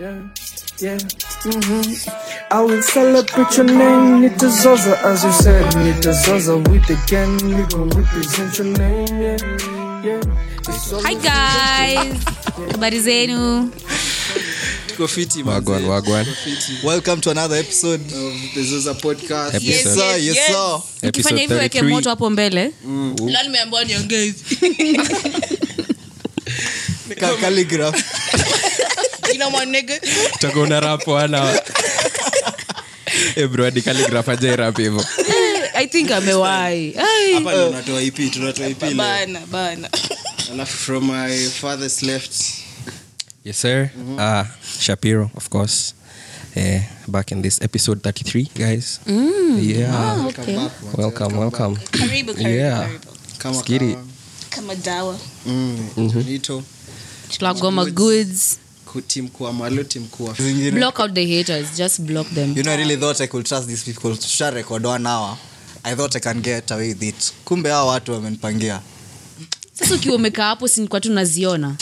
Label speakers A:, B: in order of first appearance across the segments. A: Yeah, yeah, mm-hmm. I will celebrate your name, Nita Zaza, as you said, Nita Zaza, we the gang, we gon' represent your name, yeah, yeah. It's
B: hi
A: always
B: guys habari zenu
C: Tuko fiti, manze.
D: wagwan wagwan
C: Tuko fiti.
E: welcome to another episode
C: Um, this is a podcast.
D: Episode. Yes,
E: sir, yes, sir.
B: ukifanya hivyo weke moto hapo mbele
F: Leo nimeambiwa niongee hivi
E: Ca- calligraph
F: ina mwanege
D: tagona rapo ana ebradi Eh, calligraph ajairap hivo
F: i think amewahi
C: Hapa
E: Uh,
C: ndio tunatoa EP, tunatoa EP leo.
F: bana bana
C: Alafu from my father's left.
D: yes sir uh, shapiro of course uh, back in this episode 33 guys
C: Welcome
D: yeah
C: back, manze.
D: welcome welcome
F: karibu karibu
D: yeah
F: karibu
C: Kama
D: Skiri.
C: kawa.
F: kama dawa
C: Mm, Jonito,
B: tunagoma goods
C: ku- team kuwa malo, team kuwa-
B: block out the haters just block them
E: you know i really thought i could trust these people to share record one hour i thought i can get away with it kumbe hao watu wamenipangia
B: sasa ukiwa umekaa hapo sinikwa tunaziona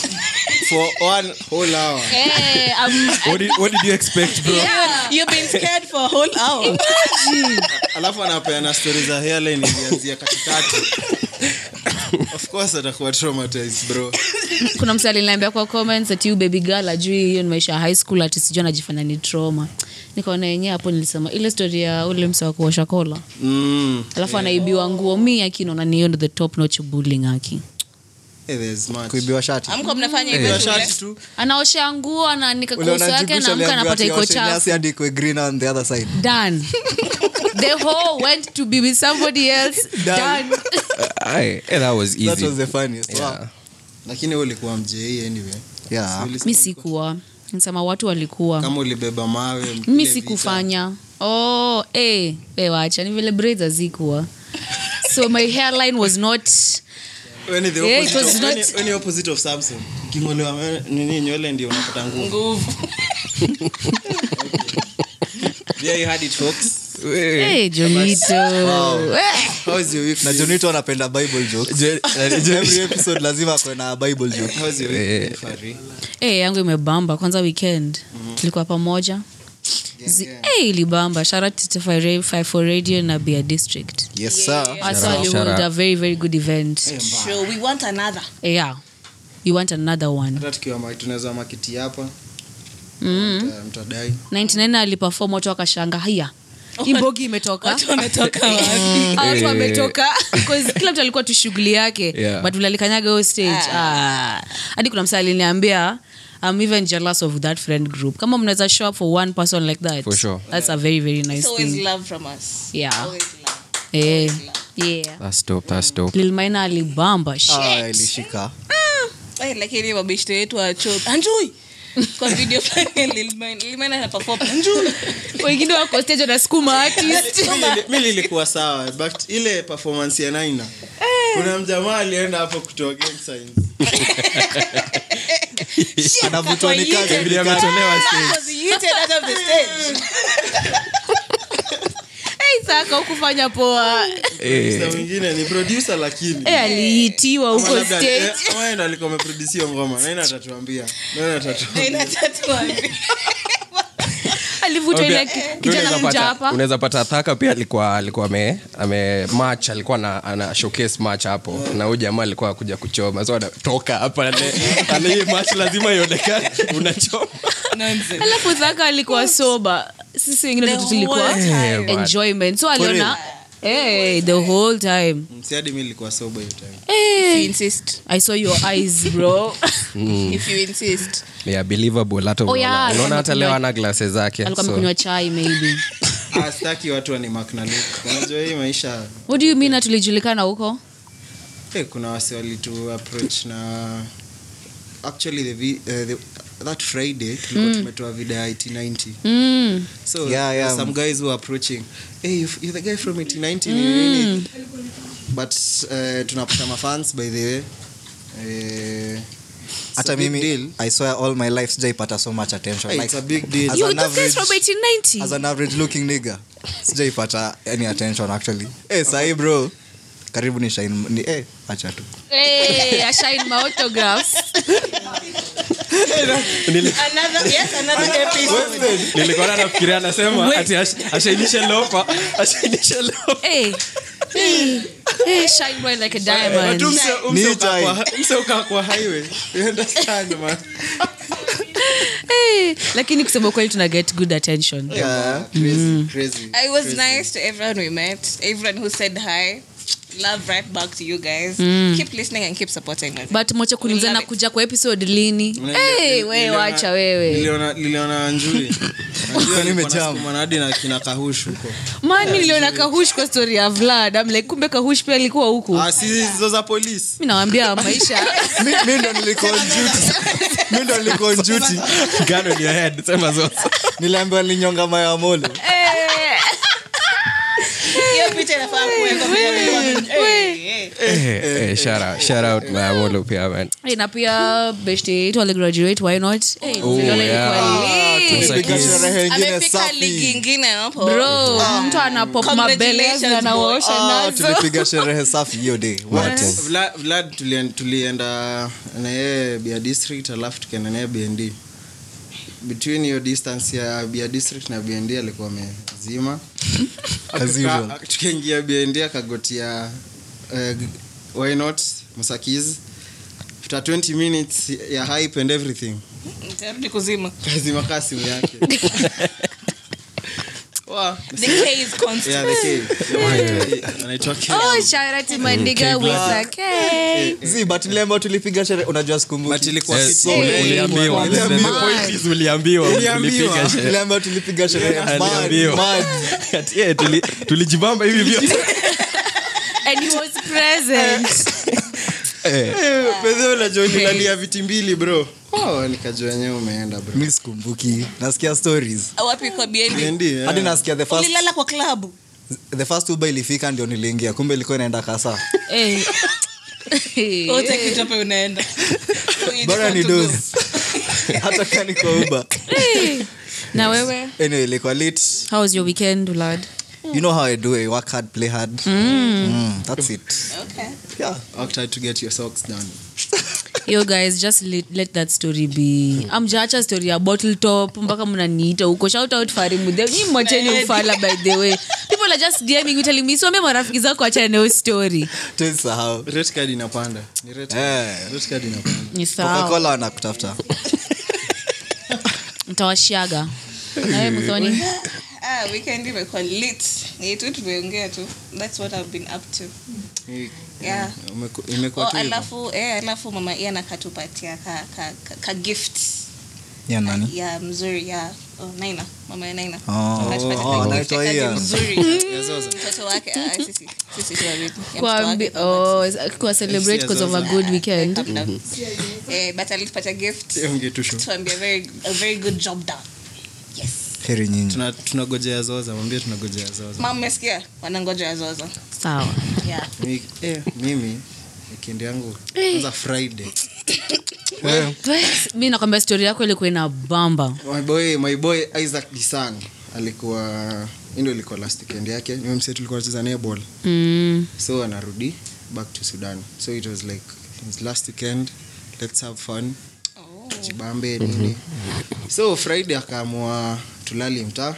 C: For one whole hour.
B: Eh, I'm-
D: what did, what did you expect bro
F: you've been scared for a whole hour
C: alafu anapeana stori za hairline ilianzia katikati of course atakuwa traumatized bro
B: kuna msi aliniambia kwa comments ati you baby girl ajui hiyo ni maisha ya high school ati sijui anajifanya ni trauma nikaona yenyewe hapo nilisema ile story ya ule msi wa kuosha kola
C: mm.
B: alafu anaibiwa nguo mi aki naona ni hiyo ndo the top notch bullying aki
C: hey, there's much.
E: kuibiwa shati
F: amko mnafanya
C: Kuna
F: hivyo shule
C: shati tu
B: anaosha nguo anaandika kuhusu yake na mka anapata iko chafu
E: andikwe green on the other side
B: done the whole went to be with somebody else
E: Done.
B: done
D: Aye, eh, that was
E: that
D: easy
E: was the funniest
D: Yeah.
E: wow.
C: lakini we ulikuwa mjei anyway
E: yeah
C: Ulisema
B: mi sikuwa nisema watu walikuwa
C: kama ulibeba mawe
B: mi
C: mlevita.
B: sikufanya oh, eh, eh, wacha ni vile braids hazikuwa so my hairline was not
C: When the
B: Yeah, Eh, it was
C: opposite of-
B: not-
C: when the- when the opposite of Samson. Uking'olewa mwe- nini nywele ndio unapata nguvu
F: nguvu
C: There you had it, folks.
D: Eh,
B: hey, jonito Eh.
C: How is your week
E: na
C: been?
E: jonito anapenda bible jokes
D: Je-
E: every episode lazima akwe na bible joke
C: How is your week
D: Eh.
C: been, Fari?
B: hey, Eh, yangu imebamba kwanza weekend
D: Mhm.
B: tulikuwa pamoja Zi- hey, ilibamba sharatfifo radio na bia district
E: yes sir
B: also
D: out, shout
B: alihold
D: out. Eh.
B: a very very good event
F: sure we want another
B: Eh, yeah you want another one
C: Hata tukiwa ma- tunaweza makiti hapa
B: mm.
C: mta- mtadai
B: 99 aliperform watu wakashanga haya imbogi imetoka
F: watu wametoka wapi
B: Hawa watu wametoka Because kila mtu alikuwa tu shughuli yake
D: Eh. Yeah.
B: but ulalikanyaga hiyo stage Ah. hadi kuna msa aliniambia I'm even jealous of that friend group kama mnaweza show up for one person like that
D: For sure.
B: that's a very very nice
F: it's always
B: thing
F: love from us
B: Yeah.
F: always love
B: eh yeah
D: that's dope that's dope
B: lilmaina alibamba
E: ah
B: shit
E: ilishika
F: Eh, lakini mabeshte wetu wa chuo anjui kwa video fulani Lil- Lilman ana perform anjui
B: wengine wako stage wanasukuma artist
C: Mi- mi lilikuwa sawa but ile performance ya naina
B: Eh.
C: kuna mjamaa alienda hapo kutoa gang signs.
E: anavutwa ni
F: Kwa
E: kazi
F: YouTube.
B: Eh.
F: was yeeted out of the stage
B: Hey, Saka, hukufanya poa
C: Producer mwingine ni producer lakini
B: Eh, aliitiwa
C: Ama
B: huko
C: labda-
B: stage
C: eh, ama yeye ndo alikuwa ameproduce hiyo ngoma naina atatuambia naina atatuambia
F: Na inatatuambia.
B: alivutwa ile
D: Unaweza
B: kijana
D: pata-
B: mmoja hapa
D: unaweza pata thaka pia alikuwa alikuwa ame, ame match alikuwa na, ana showcase match hapo na huyu jamaa alikuwa akuja kuchoma so anatoka hapa ale, ale hii match lazima ionekane unachoma
F: Nonsense.
B: alafu thaka alikuwa soba sisi wengine
F: The
B: tu tulikuwa
F: whole
E: Eh,
F: time.
B: enjoyment so aliona hey, the whole time
C: msiadi mi likuwa soba hiyo time
F: You
B: hey,
F: insist.
B: i saw your eyes bro
F: If you insist.
D: Mm, yeah, believable hata
B: Oh,
D: unaona
B: yeah, alikuwa
D: unaona hata leo
B: amekunywa-
D: ana glase zake
B: alikuwa
D: so.
B: amekunywa chai maybe
C: Ah, sitaki watu wanimaknaluk unajua hii maisha
B: what do you mean atulijulikana huko
C: hey, Eh, kuna wase walitu approach na actually the, vi- eh, the, that friday tulikuwa tumetoa video ya 890
B: mm.
C: so
E: Yeah, yeah.
C: some guys were approaching hey, you, you're the guy from 890
B: Mm.
C: ni nini?" but eh, tunapata mafans by the way Eh, it's a
E: hata
C: big deal.
E: mimi i swear all my life sijaipata so much attention
C: Hey,
E: like
C: it's a big deal.
E: As
B: you
E: an
B: the guys
E: average-
B: from
E: as
B: 1890
E: an average looking nigger sijaipata any attention actually eh sahi bro karibu ni shine ni eh acha tu
B: hey, i shine my autographs
D: Nili-
F: Another- yes, another episode.
D: nilikuwa na- nafikiria anasema ati ash- ashainishe lopa ashainishe lopa
B: Hey, hey, hey, shine bright eh, like a diamond.
D: mse ukaa kwa highway You understand, man?
B: Hey, Eh, lakini kusema kweli tuna get good attention
C: Yeah,
B: Mm.
C: crazy, crazy.
F: I was nice to everyone we met, everyone who said hi. Love right back to you guys. Keep listening and keep supporting us.
B: but mocha kuniuliza
F: We love
B: na
F: it.
B: kuja kwa episode lini hey, we
C: Niliona-
B: wacha wewe
C: Niliona- niliona njuri
E: nimejam.
C: manadi na kina kahushu huko
B: mami niliona kahush kwa story ya vlad I'm like kumbe kahush pia alikuwa huku
C: Ah, si hizo za polisi
B: mi nawambia maisha
E: Mi- mi ndo nilikuwa on duty. Mi ndo nilikuwa on duty.
D: Gun on your head, sema zote.
E: niliambiwa nilinyonga maya mole
B: Eh,
F: Hiyo picha inafaa kuwekwa kwa mkono. Eh, eh.
D: Eh, eh, shout out- shout out Maya Molo pia, man.
B: eh, na pia beshte yetu aligraduate why not Eh, niliona
D: yeah.
B: ilikuwa
F: Ah,
B: lit.
D: Tulipiga
E: Tulipiga sherehe ingine
F: amefika ligi
E: safi
F: ingine hapo
B: Bro, mtu anapop mabele
F: Congratulations,
B: na anawaosha
E: Ah,
B: nazo
E: tulipiga sherehe safi hiyo day
D: Martin.
C: Vla- vlad tulien- tulienda na yeye bia district alafu tukaenda naye bnd between hiyo distance ya bia district na bnd alikuwa amezima
E: As usual.
C: Tuka- tukaingia bnd akagotia eh, g- why not msakis after 20 minutes ya hype and everything
F: nitarudi kuzima
C: kazima kaa simu yake Wow.
F: the K is constant
C: Yeah, the kid. The one- anaitwa kid.
B: Oh, shout out to my nigga with a K.
E: Zii, but ile ambayo tulipiga sherehe unajua
C: But
E: sikumbuki
C: ilikuwa
D: Eh,
C: kitu-
D: so uliambiwa.
E: Uliambiwa.
D: The point is uliambiwa,
C: Uliambiwa.
D: ulipiga sherehe.
E: ile ambayo tulipiga sherehe
D: Aliambiwa.
E: Mad, mad.
D: Ati, eh, tuli- tulijibamba hivi vyote
B: And he was present.
C: Eh, bedhe unajua nilalia viti mbili bro oh, nikajua wenyewe umeenda bro
E: mi sikumbuki nasikia stories
F: Ah, wapi kwa BND
C: Bendi, eh.
E: hadi nasikia the first,
F: ulilala kwa klabu
E: the first uba ilifika ndio niliingia kumbe ilikuwa inaenda kasa
B: Eh.
F: wote kitope unaenda
E: bora ni dos hata kani kwa uba
B: Eh. Na wewe?
E: anyway, ilikuwa lit
B: How was your weekend, Vlad?
E: you know how i do i work hard play hard Mm, that's it
F: Okay.
E: yeah
C: After to get your socks done
B: Yo guys, just let, let that story be. Amjaacha story ya bottle top mpaka mnaniita huko. Shout out Farimu. The ni mwacheni ufala by the way. People are just DMing me telling me so marafiki zako acha na hiyo story.
E: tusahau
C: red card inapanda ni red card.
E: Eh.
C: Red card inapanda
B: Ni sawa.
E: coca-cola wanakutafuta
B: Mtawashiaga. Na wewe Muthoni?
F: Ah, weekend imekuwa lit. Ni tu tumeongea tu. That's what I've been up to. Yeah.
C: Umeku-
F: Oh,
C: imekuwa tu hivyo.
F: alafu eh, alafu mama Ian akatupatia ka, ka, ka, ka gift
E: ya nani
C: Hmm?
F: ya mzuri ya oh, Naina, mama ya Naina.
E: Oh,
F: Akatupatia
E: oh,
F: ka gift
E: anaitwa
F: ya kazi
E: Ian.
F: mzuri.
C: Ya Zoza.
F: Mtoto wake ah, sisi sisi tuwawili.
B: Kwa ambi- oh, kwa celebrate because of a good weekend.
F: Eh, but alitupatia gift.
C: Eh, ungetushu.
F: Tuambia very a very good job done. Yes.
E: heri nyinyi
C: Tuna- tunagojea zoza mwambie tunagojea zoza
F: Mama umesikia? Wanangoja ya Zozo.
B: Sawa.
F: Yeah.
C: Mi- eh, mimi weekend yangu kwanza friday
B: mi nakwambia stori yako ilikuwa ina bamba
C: my boy, my boy isaac gisan alikuwa hii ndio ilikuwa last weekend yake ni mse tulikuwa tunacheza naye ball
B: mm.
C: so anarudi back to sudan so it was like his last weekend let's have fun
F: Oh.
C: jibambe nini so friday akaamua tulali mtaa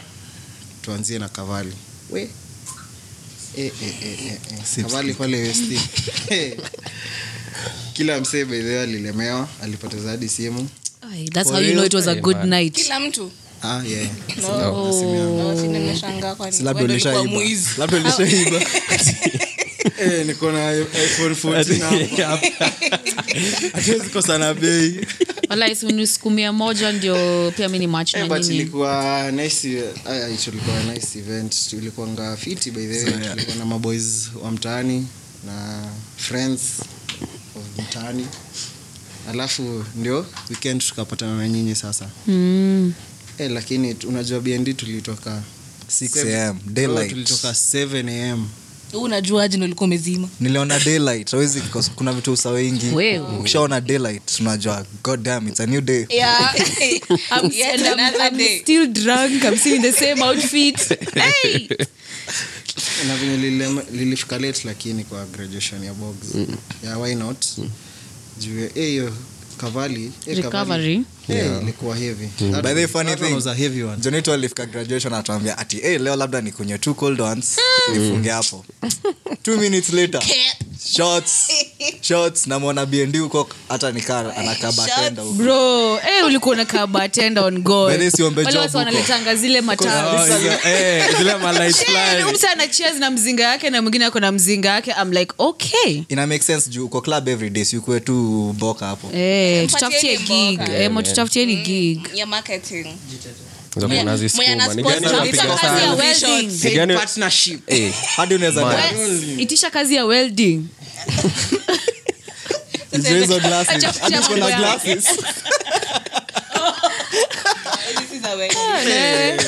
C: tuanzie na kavali we Eh, eh, eh, eh, eh. kavali pale westi Eh. kila msee bedheo alilemewa alipata zadi simu
B: Ai, that's how you know it was a good night
F: Kila mtu.
C: ah, yeah.
F: No.
B: Oh.
F: No, si nimeshangaa kwani
E: labda
F: wewe ndio ulikuwa
E: ulishaiba
F: mwizi.
E: labda ulishaiba
C: eh, niko na iphone 14 hapa. hatuwezi kosana bei
B: Walai, si ni siku mia moja ndio pia mi ni mach
C: Eh,
B: na
C: but
B: nini
C: ilikuwa nice ah, it ilikuwa nice event ilikuanga fiti by the way tulikuwa na maboys wa mtaani na friends of mtaani alafu ndio weekend tukapatana na nyinyi sasa
B: mm.
C: eh, lakini tu- unajua bnd tulitoka
E: 6
C: Oh,
E: am daylight
C: tulitoka 7 am
F: Wewe unajuaje ndio ulikuwa umezima
E: niliona daylight hawezi kosa- kuna vitu usa wengi
B: Wewe.
E: ukishaona daylight unajua god damn it's a new day
F: yeah
B: I'm,
F: Yet
B: and I'm,
F: another
B: I'm
F: day.
B: still drunk I'm still in the same outfit hey!
C: na venye lililema- lilifika late lakini kwa graduation ya bob ya why not juu ya- eh, hiyo kavali eh,
B: recovery
C: Kavali, eh, ilikuwa heavy That
E: By the way,
C: one-
E: funny
C: that one
E: thing,
C: was a heavy one
E: Jonito alifika graduation atuambia ati hey, leo labda nikunywe two cold ones nifunge hapo two minutes later shots shots namwona bnd huko hata nikaa anakabatenda huko
B: bro eh, ulikuwa na kabatenda on
E: By the way, siombe
B: goal. Wale
E: job
B: watu
E: huko. Ah,
B: wanaletanga zile matawi
D: Oh, hizo- eh, zile ma light fly.
B: mtu ana cheers na mzinga yake na mwingine ako na mzinga yake I'm like okay
E: ina make sense juu uko club every day siukue tu boka hapo
B: Eh,
F: Mpatie
B: tutafutieni
F: mboga. Mm.
B: gig. Eh, mo- tutafutieni gig.
F: ya marketing
D: Za kuna zisukuma.
F: Mwenye ana
D: Ni
F: sponsor
D: gani unapiga
F: kabisa
D: sana?
F: kazi ya
B: welding.
F: t-shirts.
D: Ni gani- Yaani Eh,
E: hadi unaweza
B: We- itisha kazi ya welding
E: Enjoy hizo glasses.
B: Acha kuchapa
E: Hadi uko na
B: yao.
E: glasses.
F: This is a wedding.
B: Eh,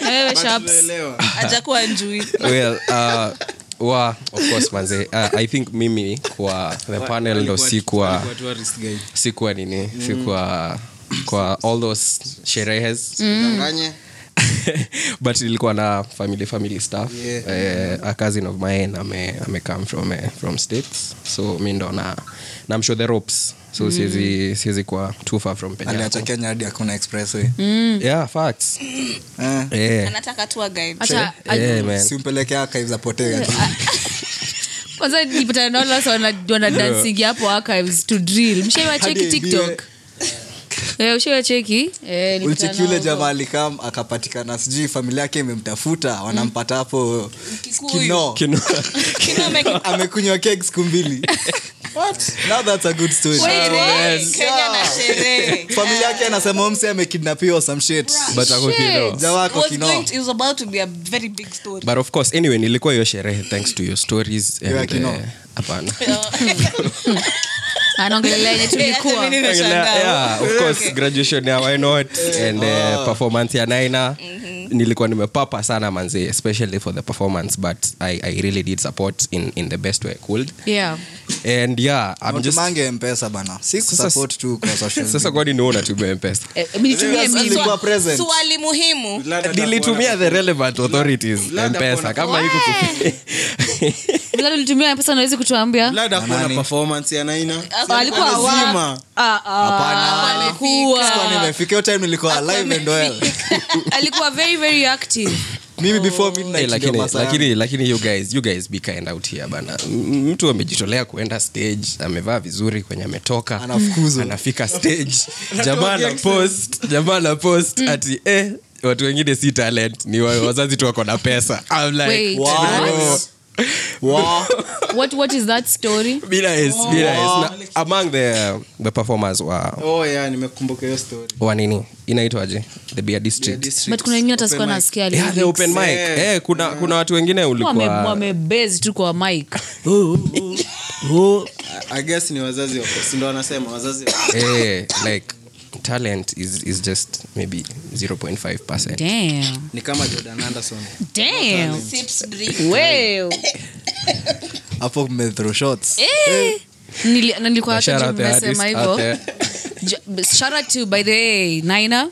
B: eh,
C: But
B: sharps.
C: tunaelewa.
F: hajakuwa njui
D: well, uh, wa of course manze uh, i think mimi kwa the panel ndo
C: Alikuwa-
D: sikuwa
C: alikuwa tourist guide.
D: sikuwa nini sikuwa kwa all those sherehes
C: Danganye.
D: but ilikuwa na family family stuff
C: Yeah.
D: eh, a cousin of mine ame, ame come from, eh, from states so mi ndo na na msho the ropes so siwezi siwezi kwa too far from penye
E: aliacha
D: yako.
E: kenya hadi hakuna expressway
D: yeah facts
E: Eh,
D: eh
F: anataka tua guide
B: Acha-
D: eh man
E: simpelekea archives apotee
B: kwanza nilipatana nao last wana, wana dancing hapo archives to drill mshaiwacheki
E: Hadi
B: tiktok eh, ushaiwacheki eh, nilipatana
E: ulicheki ule
B: nao.
E: jamaa alikam akapatikana sijui familia yake imemtafuta wanampata hapo
F: Kikuyu.
E: kino
F: Kinome ki-
E: amekunywa keg siku mbili What? Now that's a good story.
B: Wait,
F: Sherehe.
B: what?
F: Kenya na sherehe.
E: familia yake anasema msi amekidnapiwa or some shit
D: but ako kidogo
E: Jamaa wako
F: Was
E: kino
F: going to- it was about to be a very big story.
D: but of course anyway nilikuwa hiyo sherehe thanks to your stories
E: Yo,
D: and,
E: akino.
D: eh, hapana
B: anaongelelea yenye
F: Eh, hata
B: tulikuwa
F: mimi nimeshangaa.
D: yeah, of course graduation ya why not and uh, performance ya naina nilikuwa nimepapa sana manzi especially for the performance but i, I really did support in, in the best way I could
B: yeah
D: and yeah i'm just
E: mange mpesa bana
D: Sasa-
E: sikusupport tu kwa social media.
D: sasa kwani niona tumia mpesa
B: Eh, mimi nitumie
E: Yes,
B: mimi.
E: alikuwa present
F: swali muhimu
C: Lada
D: nilitumia the relevant authorities
C: Lada
D: mpesa
C: kuona-
D: kama iko
B: Bila ulitumia pesa unaweza kutuambia Oh,
C: Lada kuwa na
E: Nani?
C: performance ya Naina.
B: Eh. alikuwa
C: Lazima.
B: Ah, ah,
E: Hapana.
B: alikuwa-
E: Sikuwa nimefika hiyo time nilikuwa alive and well
B: alikuwa very very active
E: mimi before midnight
D: Hey,
E: ndio
D: Eh, lakini
E: masaa yangu.
D: lakini lakini you guys you guys be kind out here bana M- mtu amejitolea kuenda stage amevaa vizuri kwenye ametoka
E: Anafukuzwa.
D: anafika stage jamaa na post jamaa na post ati eh watu wengine si talent ni wa- wazazi tu wako na pesa I'm like,
B: Wait,
D: bro.
E: What? Wow.
B: what what is that story
D: Bila is- bila is. Na- among the the performers wa
C: Oh, yeah, nimekumbuka hiyo story.
D: wa nini inaitwaje the beer
C: The
D: district
C: district.
B: but kuna wengine hata sikuwa
C: Open mic.
B: nasikia
D: yeah, the open mic
C: Yeah.
D: eh kuna kuna watu wengine ulikuwa
B: wamebezi tu kwa mik
C: I guess ni wazazi wako. Si ndo wanasema wazazi wako.
D: eh like talent is is just maybe 0.5%
B: Damn.
C: ni kama Jordan Anderson.
B: Damn.
F: Sips drink.
B: Well.
E: hapo mmethrow shots
B: Eh. Nili- na nilikuwa
D: Na shout
B: hata
D: out the
B: nimesema
D: artist
B: hivyo
D: out there.
B: Jo- shout out to by the way Nina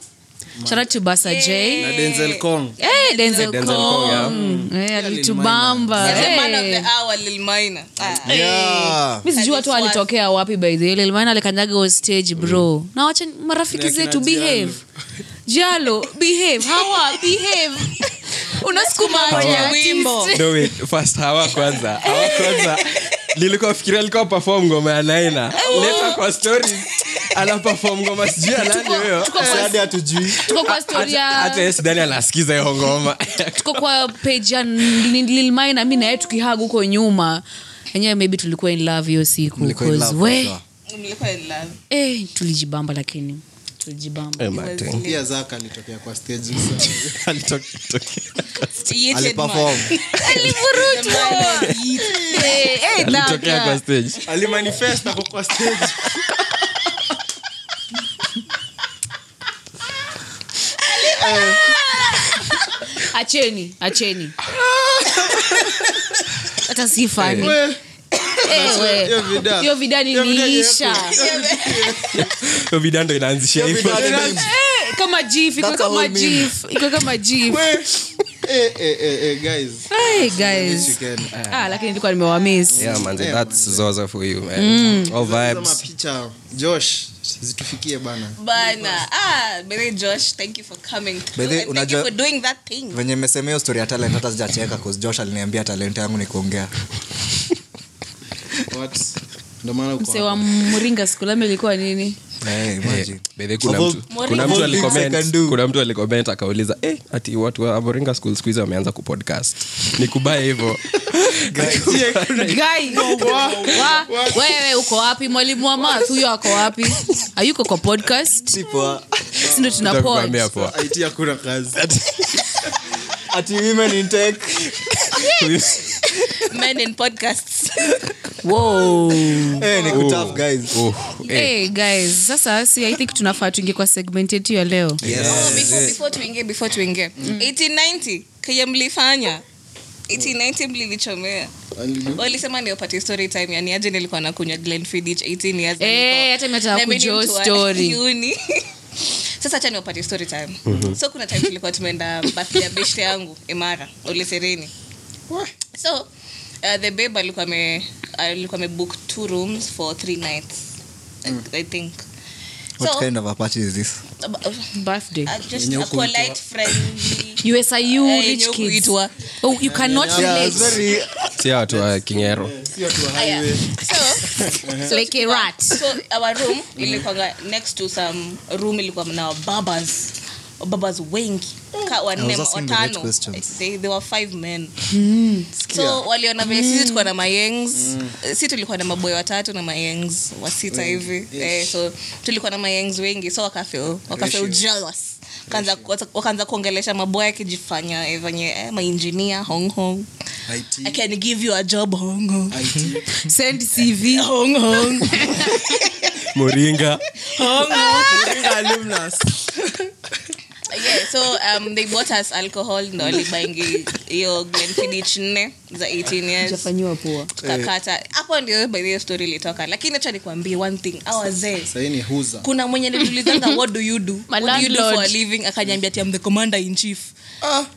B: shout out to Basa J
C: Na Denzel Kong.
B: eh Denzel
D: Denzel Kong, yeah. Mm.
B: Kong eh alitubamba
F: The man of
B: eh
F: the hour, Lil Minor. Ah.
E: Yeah.
B: mi sijui watu alitokea wapi by the way. Lil Wayne alikanyaga hiyo stage
D: Mm.
B: bro na wacha marafiki
C: Ni akina
B: zetu behave jalo behave hawa behave unasukuma aje
F: Hawa. Wimbo.
B: artist?
D: no wait first hawa kwanza hawa kwanza nilikuwa fikiria alikuwa perform ngoma ya naina leta kwa story ana perform ngoma sijui anani
B: Oh. Tuko-
D: huyo
B: tuko kwa-
E: hadi hatujui
B: tuko kwa story ya-
D: hata yeye sidhani anasikiza hiyo ngoma
B: tuko kwa page ya lilmai na mi naye tukihag huko nyuma enyewe maybe tulikuwa in love hiyo siku
E: Mlikuwa in
B: 'cause
E: love,
B: we-
E: sure.
F: Mlikuwa in love.
B: eh, tulijibamba lakini tulijibamba
D: Eh, but, eh,
C: Pia Zaka alitokea kwa stage.
D: alitokea-
F: Yeted
E: aliperform
B: alivurutwa Eh, eh,
D: alitokea kwa
B: Dhaka.
D: stage
C: Alimanifest hapo kwa stage.
B: acheni acheni hata Eh, si fani
C: Hiyo vida.
B: hiyo vidani
C: Hiyo vida
B: iliisha
D: Hiyo video ndo inaanzisha hivyo
B: Eh, kama jif iko
E: That's a
B: kama
E: whole meme.
B: jif iko kama jif
C: Eh, eh, eh, eh, guys.
B: Hey, guys. Ah, lakini nilikuwa nimewamiss.
D: Yeah, manze, that's Zoza for you, man.
B: Mm.
D: All vibes.
C: mapicha josh zitufikie bana
F: bana ah, by the way, josh thank you for coming
E: By
F: through
E: the way,
F: and thank you
E: unajua-
F: for doing that thing
E: venye mesemea hiyo story ya talent hata sijacheka cause josh aliniambia talent yangu ni kuongea
C: What? Ndo maana uko
B: mse
C: hapa.
B: wa mringa skulame ilikuwa nini
E: hey, Eh, imagine.
D: Bedhe, kuna
E: Of all-
D: mtu- kuna mtu
E: all things
D: alicomment-
E: I can do.
D: kuna mtu alikoment akauliza eh, ati watu wa Moringa school siku hizi wameanza kupodcast nikubae hivyo
B: Guy, wa- wewe uko wapi mwalimu wa math huyo ako wapi ayuko kwa podcast
E: Si poa.
B: sindo tuna pod
D: Nitakukwambia poa.
C: IT hakuna kazi
E: Ati women in tech.
F: men in podcasts
B: Wow.
E: Eh, ni kutough, guys.
D: Oh, eh,
B: Hey, guys sasa si i think tunafaa tuingie kwa segment yetu ya leo
F: Oh, before, before tuingie before tuingie
E: Mm.
F: 1890 kaya mlifanya 1890 mlilichomea walisema niopati story time yani aje nilikuwa nakunywa glenfiddich 18 years na
B: Eh,
F: niko-
B: hata mimi nataka
F: na mimi
B: kujua
F: ni mtu wa
B: story.
F: uni. sasa acha niwapati story time
E: Mhm.
F: so kuna time tulikuwa tumeenda birthday ya beshte yangu imara ulisereni so uh, the babe alikuwa ame- alikuwa amebook two rooms for three nights I, i think
E: Mm. What
F: so
E: kind of a party is this?
B: birthday
F: uh, just a polite friendly
B: usiu
F: Eh,
B: rich
F: yenye
B: kids
F: kuitwa.
B: oh, you cannot relate
D: si hawa watu wa kingero
F: Aya. so
B: like a rat
F: so our room ilikwanga next to some room ilikuwa na babas babas wengi ka wanne
E: I was asking the right
F: watano
E: questions. Hmm,
F: they, they were five men so waliona vile sisi tulikuwa na mayengs si tulikuwa na maboy watatu na mayengs wasita hivi eh, so tulikuwa na mayengs wengi so wakafeel wakafeel jealous Wakaanza- wakaanza kuongelesha maboy akijifanya eh, venye eh, mainjinia hong hong i can give you a job hong hong
B: send cv
F: hong hong
D: moringa
F: yeah, so um, they bought us alcohol ndo walibangi hiyo glenfiddich nne za 18 years
B: jafanyiwa poa
F: tukakata hapo ndio by the way story ilitoka lakini acha nikwambie one thing awazee
C: Sahi ni huza
F: kuna mwenye niliulizanga what do you do
B: My
F: what do you do for a
B: landlord.
F: living akanyambia ti am the commander in chief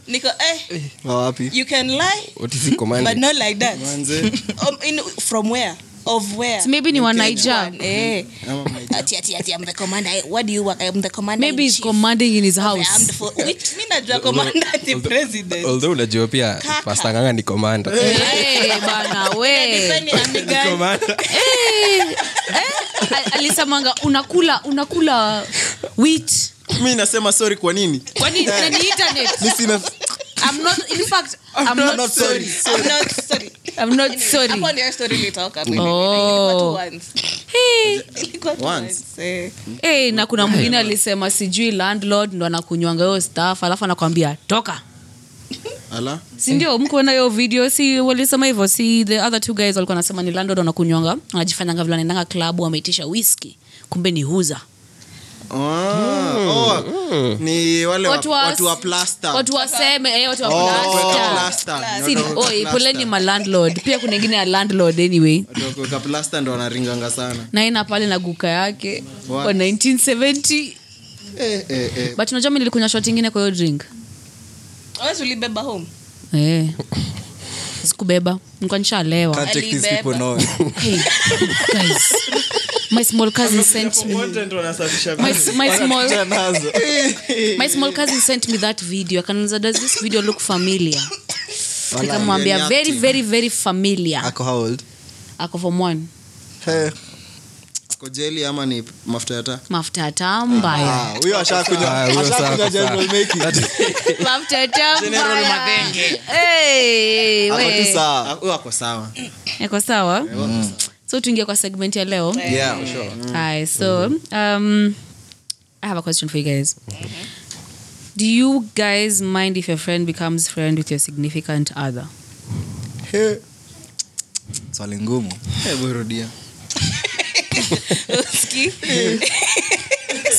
F: niko eh
E: Wawapi?
F: you can lie
D: otisi
F: but
D: komandi
F: not like that
C: manze
F: um, in, from where of where
B: maybe ni waniger
F: eh
C: ama maiti
F: ati ati ati am the commander Eh, what do you work i am the commander
B: maybe
F: in
B: he's
F: chief
B: commanding in his
F: I'm
B: house
F: the fo- which mi najua commander ni president
D: although unajua pia
F: Kaka.
D: pastanganga ni komanda
B: Eh, bana we
F: Depending on the guy.
B: eh? Al- alisemanga unakula unakula wheat
C: mi nasema sorry kwa nini
B: kwani na ni internet I'm not, in fact, I'm not, sorry.
F: I'm not sorry.
B: I'm not sorry.
F: Hapo ndio story ilitoka. Mimi
B: Oh.
F: ilikuwa tu once.
B: Hey.
F: Ilikuwa tu
C: Once.
F: once, eh.
B: Hey, na kuna mwingine alisema sijui landlord ndo anakunywanga hiyo staff alafu anakwambia toka
C: ala Eh.
B: sindio mkuona hiyo video si walisema hivyo si the other two guys walikuwa nasema ni landlord wanakunywanga anajifanyanga vile anaendanga klabu ameitisha whisky kumbe ni huza
C: Ah, oh, ni wale wa-
B: Watu wa-
C: watu wa plaster.
B: watu waseme eh, watu wa
C: Oh, watu wa
B: plaster.
C: plaster.
B: Si-
C: Ni watu wa
B: oi,
C: plaster.
B: poleni ma landlord pia kuna ingine ya landlord anyway
C: Watu wa kuweka plaster ndo wanaringanga sana
B: naina pale na guka yake
C: What?
B: kwa 1970
C: eh, eh, eh.
B: but unajua mi nilikunywa shot ingine kwa hiyo drink
F: Wewe ulibeba home.
B: eh. sikubeba nikuwa nishalewa
E: Can't take these
F: Alibeba.
E: people now.
B: hey, guys my small cousin sent me my, my small
E: Nazo.
B: my small cousin sent me that video akaniuliza does this video look familiar nikamwambia very very very familiar
E: Ako how old?
B: ako form one
E: Eh,
C: Ako jeli ama ni mafuta ya taa
B: mafuta ya taa mbaya
E: ah, huyo ashakunywa-
D: Ah, huyo
E: ashakunywa
D: sawa,
E: General
D: sawa.
E: Makey.
B: mafuta ya taa mbaya hey,
E: Ako tu
B: we.
E: sawa.
C: Ah, huyo ako sawa
B: yako sawa so tuingie kwa segment ya leo
E: Yeah, sure.
B: Mm. hi so um, i have a question for you guys do you guys mind if your friend becomes friend with your significant other
E: Eh. swali ngumu
C: hebu rudia
F: Usikii?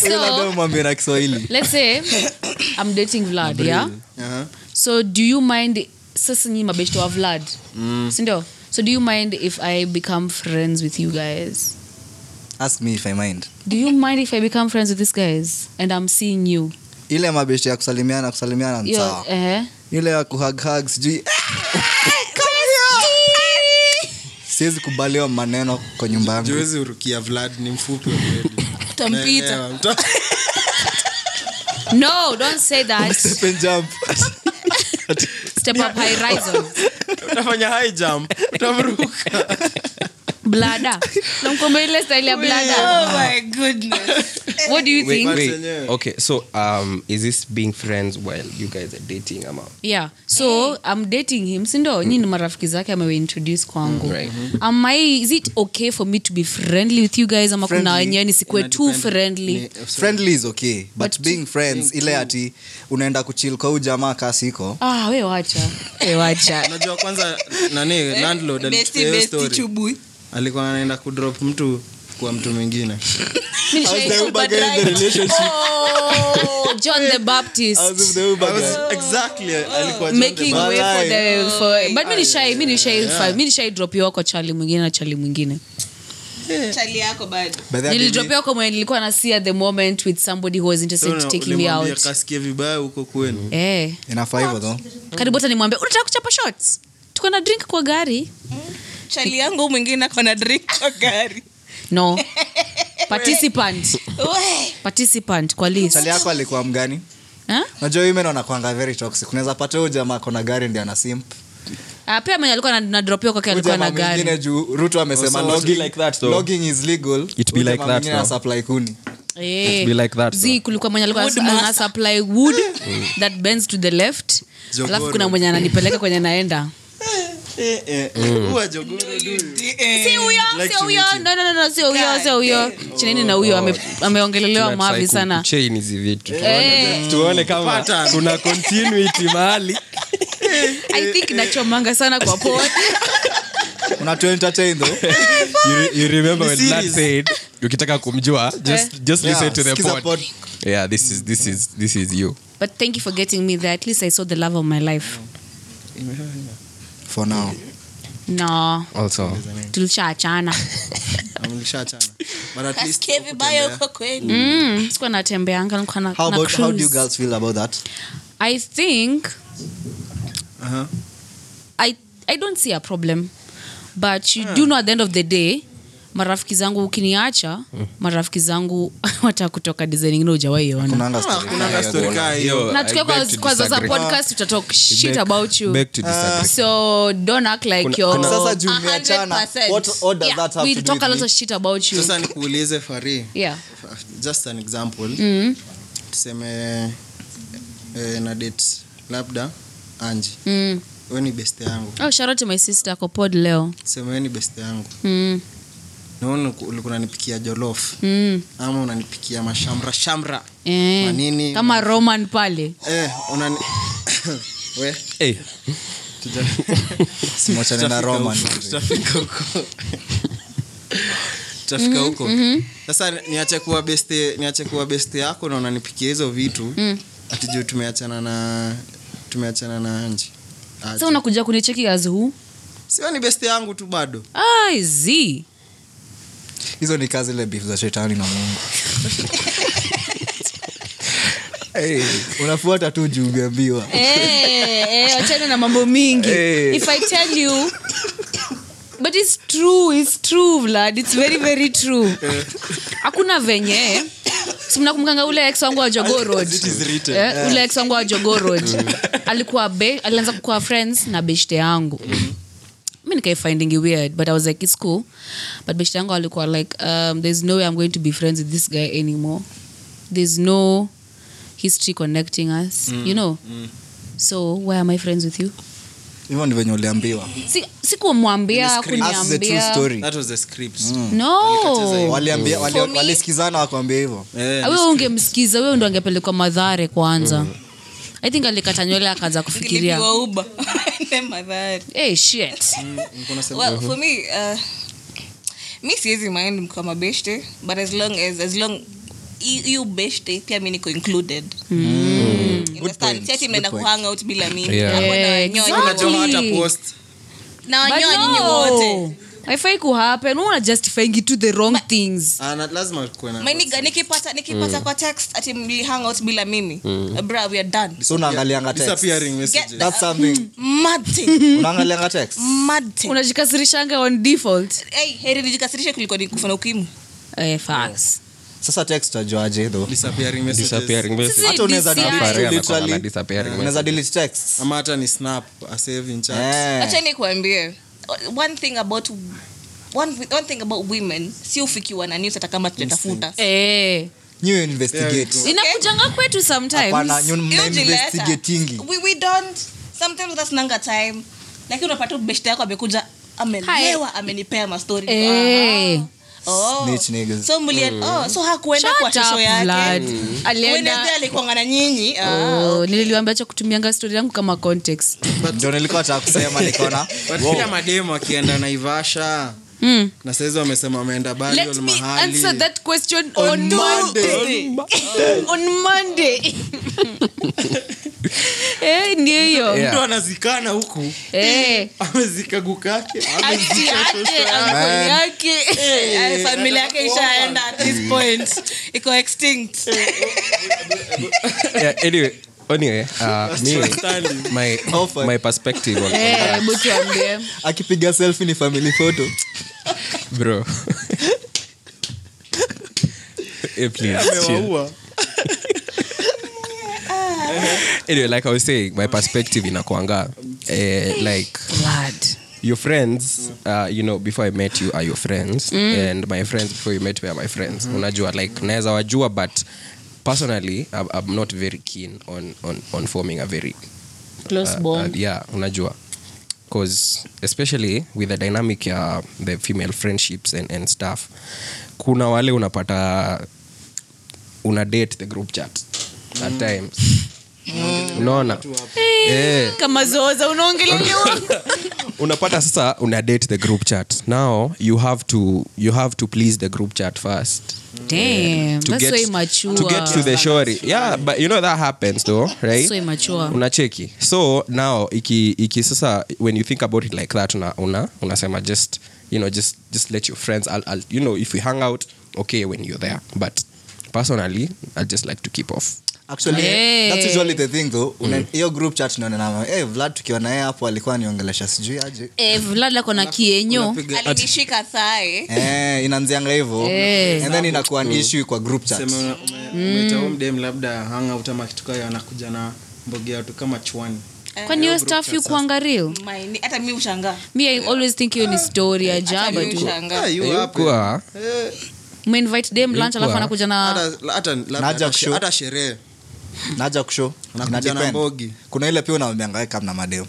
E: Huyo labda
B: so
E: umwambie na kiswahili
B: let's say i'm dating vlad yeah
C: Aha.
B: so do you mind sasa nyi mabeshto wa vlad sindio so do you mind if i become friends with you guys
E: ask me if i mind
B: do you mind if i become friends with these guys and i'm seeing you
E: ile mabeshi ya kusalimiana kusalimiana ni
B: Yo,
E: sawa
B: eh.
E: ile ya kuhaghag sijui ah, siwezi kubaliwa maneno kwa nyumba yangu
C: juwezi urukia vlad ni mfupi already.
F: Utampita.
C: Naelewa, mta-
B: no don't say that
E: Step and jump.
B: step up high horizon
C: utafanya high jump utamruka
B: blada namkomba ile style ya blada
F: Oh my goodness.
B: what do you
D: Wait,
B: think
D: wait.
C: Senyewe.
D: Okay, so um, is this being friends while you guys are dating ama?
B: yeah so i'm dating him sindo nyi ni marafiki zake ameweintroduce kwangu
D: Mm, right.
B: am I, is it okay for me to be friendly with you guys ama kuna
E: Friendly.
B: wenyewe nisikuwe too friendly
E: friendly is okay but,
B: But
E: being friends ile ati unaenda kuchil kwa ujamaa kasiko
B: ah we wacha we wacha
C: unajua kwanza
B: Eh,
C: nani landlord
F: Besti,
C: alitupa hiyo
F: besti,
C: story
F: chubui.
C: alikuwa anaenda kudrop mtu kwa mtu mwingine
B: Oh, john the baptist Oh.
C: exactly eh, alikuwa
B: making way for the for,
F: Oh,
B: but mi nishai mi nishai mi nishai dropiwa kwa chali mwingine na chali mwingine
F: Chali yako bado.
B: nilidropiwa kwa mwenye nilikuwa nasia at the moment with somebody who was interested to taking me out
C: kasikia vibaya huko kwenu
B: eh
E: inafaa hivyo tho
B: karibu hata nimwambia unataka kuchapa shots tuko na drink kwa gari
F: Chali yangu mwingine akona drink kwa gari.
B: no participant
F: We.
B: participant kwa list
E: chali yako alikuwa mgani
B: Eh?
E: najua women wanakwanga very toxic unaweza pata huyu jamaa kona gari ndio ana simp
B: Ah, pia mwenye alikuwa na- nadropiwa kwake alikuwa na
E: jamaa
B: gari
E: mwingine juu ruto
D: Oh,
E: amesema
D: so it be
E: logging-
D: like that, so-
E: logging is legal
D: It be
E: Huyu
D: like that,
E: jamaa mwingine ana
D: so.
E: supply kuni
B: Eh,
D: It be like that,
B: zi
D: so.
B: kulikuwa mwenye alikuwa
F: Wood
B: ana- ana
F: master.
B: supply wood that bends to the left
C: Eh. Jogoo
B: alafu kuna
C: road. Eh,
B: mwenye ananipeleka kwenye naenda
E: Mm.
C: huwa jogoro dude.
B: si huyo
C: eh. Like
B: si huyo
C: Chiniti.
B: no, no, no, no, si huyo si huyo chinini na huyo
C: Oh,
B: ame- ameongelelewa mavi sana
D: Chain hizi vitu.
B: Eh,
D: Tuone kama
C: Pattern.
D: kuna continuity mahali.
B: i think nachomanga sana kwa pod
E: unatuentertain tho
D: You, re- you remember when
C: Ni
D: Vlad
C: series.
D: said ukitaka kumjua just just
E: Eh. Yeah,
D: listen to the
E: sikiza
D: pod.
E: pod.
D: Yeah, this is this is this is you.
B: but thank you for getting me there at least i saw the love of my life
E: for now
B: no
D: Also.
B: tulishaachana
C: Amlishachana. But at least
F: Kasikia vibaya huko kwenu.
B: mm, sikuwa natembeanga nilikuwa na-
E: how
B: na
E: about how do you
B: cruise.
E: girls feel about that
B: I think
C: Uh-huh.
B: I I don't see a problem. But you
D: Hmm.
B: do know at the end of the day marafiki zangu ukiniacha
D: Hmm.
B: marafiki zangu wata kutoka design ingine ujawaiona
D: Ah,
E: kunaanga story
C: Hakuna hata story kaa hiyo
B: na tukiwa
D: I beg
B: kwa,
D: to
B: kwa Zaza
D: disagree.
B: podcast tuta talk shit about you
E: Ah,
D: Beg to disagree.
B: so don't act like
D: Kuna-
B: you're
D: kuna-
E: sasa juu
F: 100%.
E: mmeachana what order
B: yeah,
E: that have
B: we
E: to do
B: talk
E: with
B: a lot
E: me?
B: of shit about you
C: sasa nikuulize fari
B: yeah Mm,
C: just an example tuseme eh, na date labda anji
B: mm.
C: we ni best yangu
B: oh shout out to my sister kwa pod leo
C: tuseme we ni best yangu
B: mm.
C: naona uliku- ulikuwa unanipikia jolof
B: Mm.
C: ama unanipikia mashamra shamra Manini.
B: Eh. kama roman pale
C: eh, unani we
D: Eh,
C: tuja-
E: Simwachane na
C: tutafika
E: Roman.
C: huko, tutafika huko tutafika
B: Mm-hmm,
C: huko sasa niache kuwa best niache kuwa best yako na unanipikia hizo vitu
B: Mm-hmm. Mm.
C: ati juu tumeachana na tumeachana na anji Aje.
B: sa unakuja kunicheki as who
C: siwe ni best yangu tu bado
B: ah, z
E: hizo ni kazi ile beef za shetani na mungu hey, unafuata tu juu umeambiwa
B: Eh, eh, wachana na mambo mingi
D: Eh.
B: if i tell you but it's true it's true vlad it's very very true hakuna venye simnakumkanga ule ex wangu wa Jogoo Road. Eh, ule ex wangu wa Jogoo Road. alikuwa be, alianza kuwa friends na beshte yangu
E: Mm-hmm.
B: mi nikaifindingi weird but i was like its cool but beshte yangu alikuwa like um, there's no way i'm going to be friends with this guy anymore there's no history connecting us
E: Mm.
B: you know so why am i friends with you
E: hivyo ndi venye uliambiwa
B: si, sikumwambia
E: That's the true
B: kuniambia
E: story.
C: that was the script
B: no
E: Waliambia- wali-
F: For me-
E: walisikizana wakuambia hivyo
C: eh,
B: we Ah, ungemsikiza huyo ndo angepelekwa madhare kwanza i think alikata nywele akaanza kufikiria
F: Nilipiwa Uber. Ne madhari.
B: hey, shit.
F: Mm.
C: nilikuwa nasema-
F: well for me uh, mi siwezi mind mkiwa mabeshte but as long as as long you- you beshte pia mi niko included
B: Mm.
F: You understand?
E: point,
F: Si ati mnaenda
E: good
F: kuhang out bila mimi.
D: Yeah.
F: Hapo na
B: Yeah,
F: wanyoa-
B: exactly.
C: Unajua hata post
F: na
B: But
F: wanyoa nyinyi
B: no.
F: wote
B: haifai kuhappen huwa unajustifying to the wrong things
C: Ah, na- lazima kuwe
E: Mm.
C: na-
F: mainiga nikipata nikipata kwa text ati mlihangout bila mimi
E: Mm.
F: bra we are done
E: so unaangalianga text.
C: Disappearing messages.
F: Get-
E: That's something.
F: mad thing
E: unaangalianga text
F: mad thing
B: unajikasirishanga on default
F: hey, heri nijikasirishe kuliko nikufa na ukimwi
B: eh, facts
E: sasa text utajuaje though
C: Disappearing messages.
D: Disappearing message.
B: Sisi
E: Hata unaweza
B: DCI.
E: delete,
D: Faria anakuwa
E: literally.
D: na disappearing
E: unaweza delete text
C: ama hata ni snap a save in chat
E: Eh.
F: acha nikuambie one thing about one, one thing about women si ufikiwa na news hata kama tujatafuta
B: eh,
E: Nyi investigate
B: inakujanga kwetu
E: Hapana,
B: sometimes
E: nyi
F: Hiyo
E: mnainvestigatingi.
F: jileta. uh, we, we don't sometimes that's nanga time lakini unapata beshta yako amekuja amelewa amenipea mastori
B: Eh.
F: Oh.
E: Snitch niggas. Mm.
F: so mlia oh, so hakuenda kwa
B: Shut up,
F: shosho yake Mm.
B: lad. Alienda-
F: Wednesday alikuanga na nyinyi ah,
B: Oh, nililiwambia cha kutumianga story yangu kama context
E: ndio nilikuwa nataka kusema nikaona
C: But pia mademu akienda naivasha
B: mm.
C: na sahizi wamesema wameenda
B: let
C: Burial
B: me
C: mahali.
B: answer that question
E: On
B: on,
E: Monday.
B: Monday. on Monday. eh, ndio hiyo
D: Yeah.
C: mtu anazikana huku
B: eh.
C: amezika gukake
B: Auntie yake, uncle yake.
F: eh, familia yake ishaenda at this
B: Mm.
F: point iko extinct
D: Yeah, anyway, anyway, uh, me,
C: Understanding.
D: my,
E: Offer.
D: my perspective on
B: Eh, hebu tuambie.
E: akipiga selfie ni family photo
D: bro. Eh, please, chill. anyway like i was saying my perspective inakwanga eh, like
B: Blood.
D: your friends uh, you know before i met you are your friends and my friends before you met me are my friends unajua like naweza wajua but personally I'm, i'm not very keen on, on, on forming a very
B: Close bond.
D: uh, yeah unajua because especially with the dynamic ya the female friendships and, and stuff kuna wale unapata una date the group chat at times unaona
B: uh,
D: Eh,
B: kama zoza unaongelelewa
D: unapata sasa una date the group chat now you have to you have to please the group chat first
B: Damn,
D: to
B: that's
D: get,
B: so immature.
D: to get to the shori yeah but you know that happens though right
B: So immature.
D: unacheki so now iki, iki sasa when you think about it like that una una unasema just you know just just let your friends I'll, I'll, you know if we hang out okay when you're there but personally i just like to keep off
E: actually
B: Hey.
E: that's usually the thing though
C: Hmm.
E: Una- hiyo group chat naonana eh vlad tukiwa na yeye hapo alikuwa aniongelesha sijui aje
B: Eh, Vlad ako na kienyo
F: alinishika thae
E: eh inaanzianga hivyo
B: Eh.
E: and then inakuwa an issue kwa group chat
C: Sema una- ume- umeita huyu mdem labda hangout ama kitu kayo anakuja na mbogea tu kama chwani
B: kwani hiyo staff yu kuanga real
F: My ni- hata mi ushangaa
B: mi i always think hiyo ni story
F: Hata mi
B: ajaba tu
F: ushangaa.
C: Eh, you happen.
D: Kuwa,
B: umeinvite dem lunch alafu
D: Ilikuwa-
B: anakuja na
C: Hata- hata- labda
E: Naja
C: hata she-
E: kushow.
C: hata sherehe
E: naja kusho
C: Anakuja na mbogi.
E: kuna ile pia unaambianga kamna madeo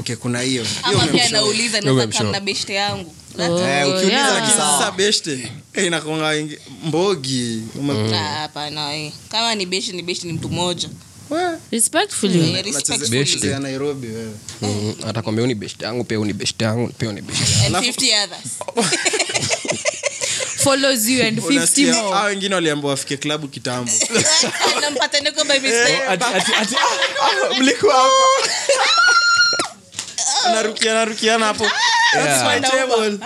C: okay kuna hiyo Hiyo
F: ama pia
C: umemshow.
F: nauliza
D: Wewe mshow.
F: nakamna beshte yangu That's-
B: Oh,
E: Eh, ukiuliza
B: yeah.
E: lakini
C: Sasa
E: Sawa.
C: beshte eh, inakuanga ingi- mbogi Ume-
F: Ah, hapana eh. kama ni beshi ni beshi ni mtu mmoja
B: Mm.
C: We,
B: respectfully
F: Eh,
C: unacheze-
F: respectfully.
D: Beshte.
C: unachezea nairobi wewe
D: mm, atakwambia "Huyu ni best yangu pia huyu ni best yangu pia huyu ni best yangu."
F: And 50 others.
C: Oh,
B: follows you and 50
C: Unasikia,
B: more
C: hao wengine waliambia wafike klabu kitambo
F: Na mpataniko
C: Eh,
F: by mistake.
C: ah, narukiana rukiana hapo
D: Yeah.
C: That's my table.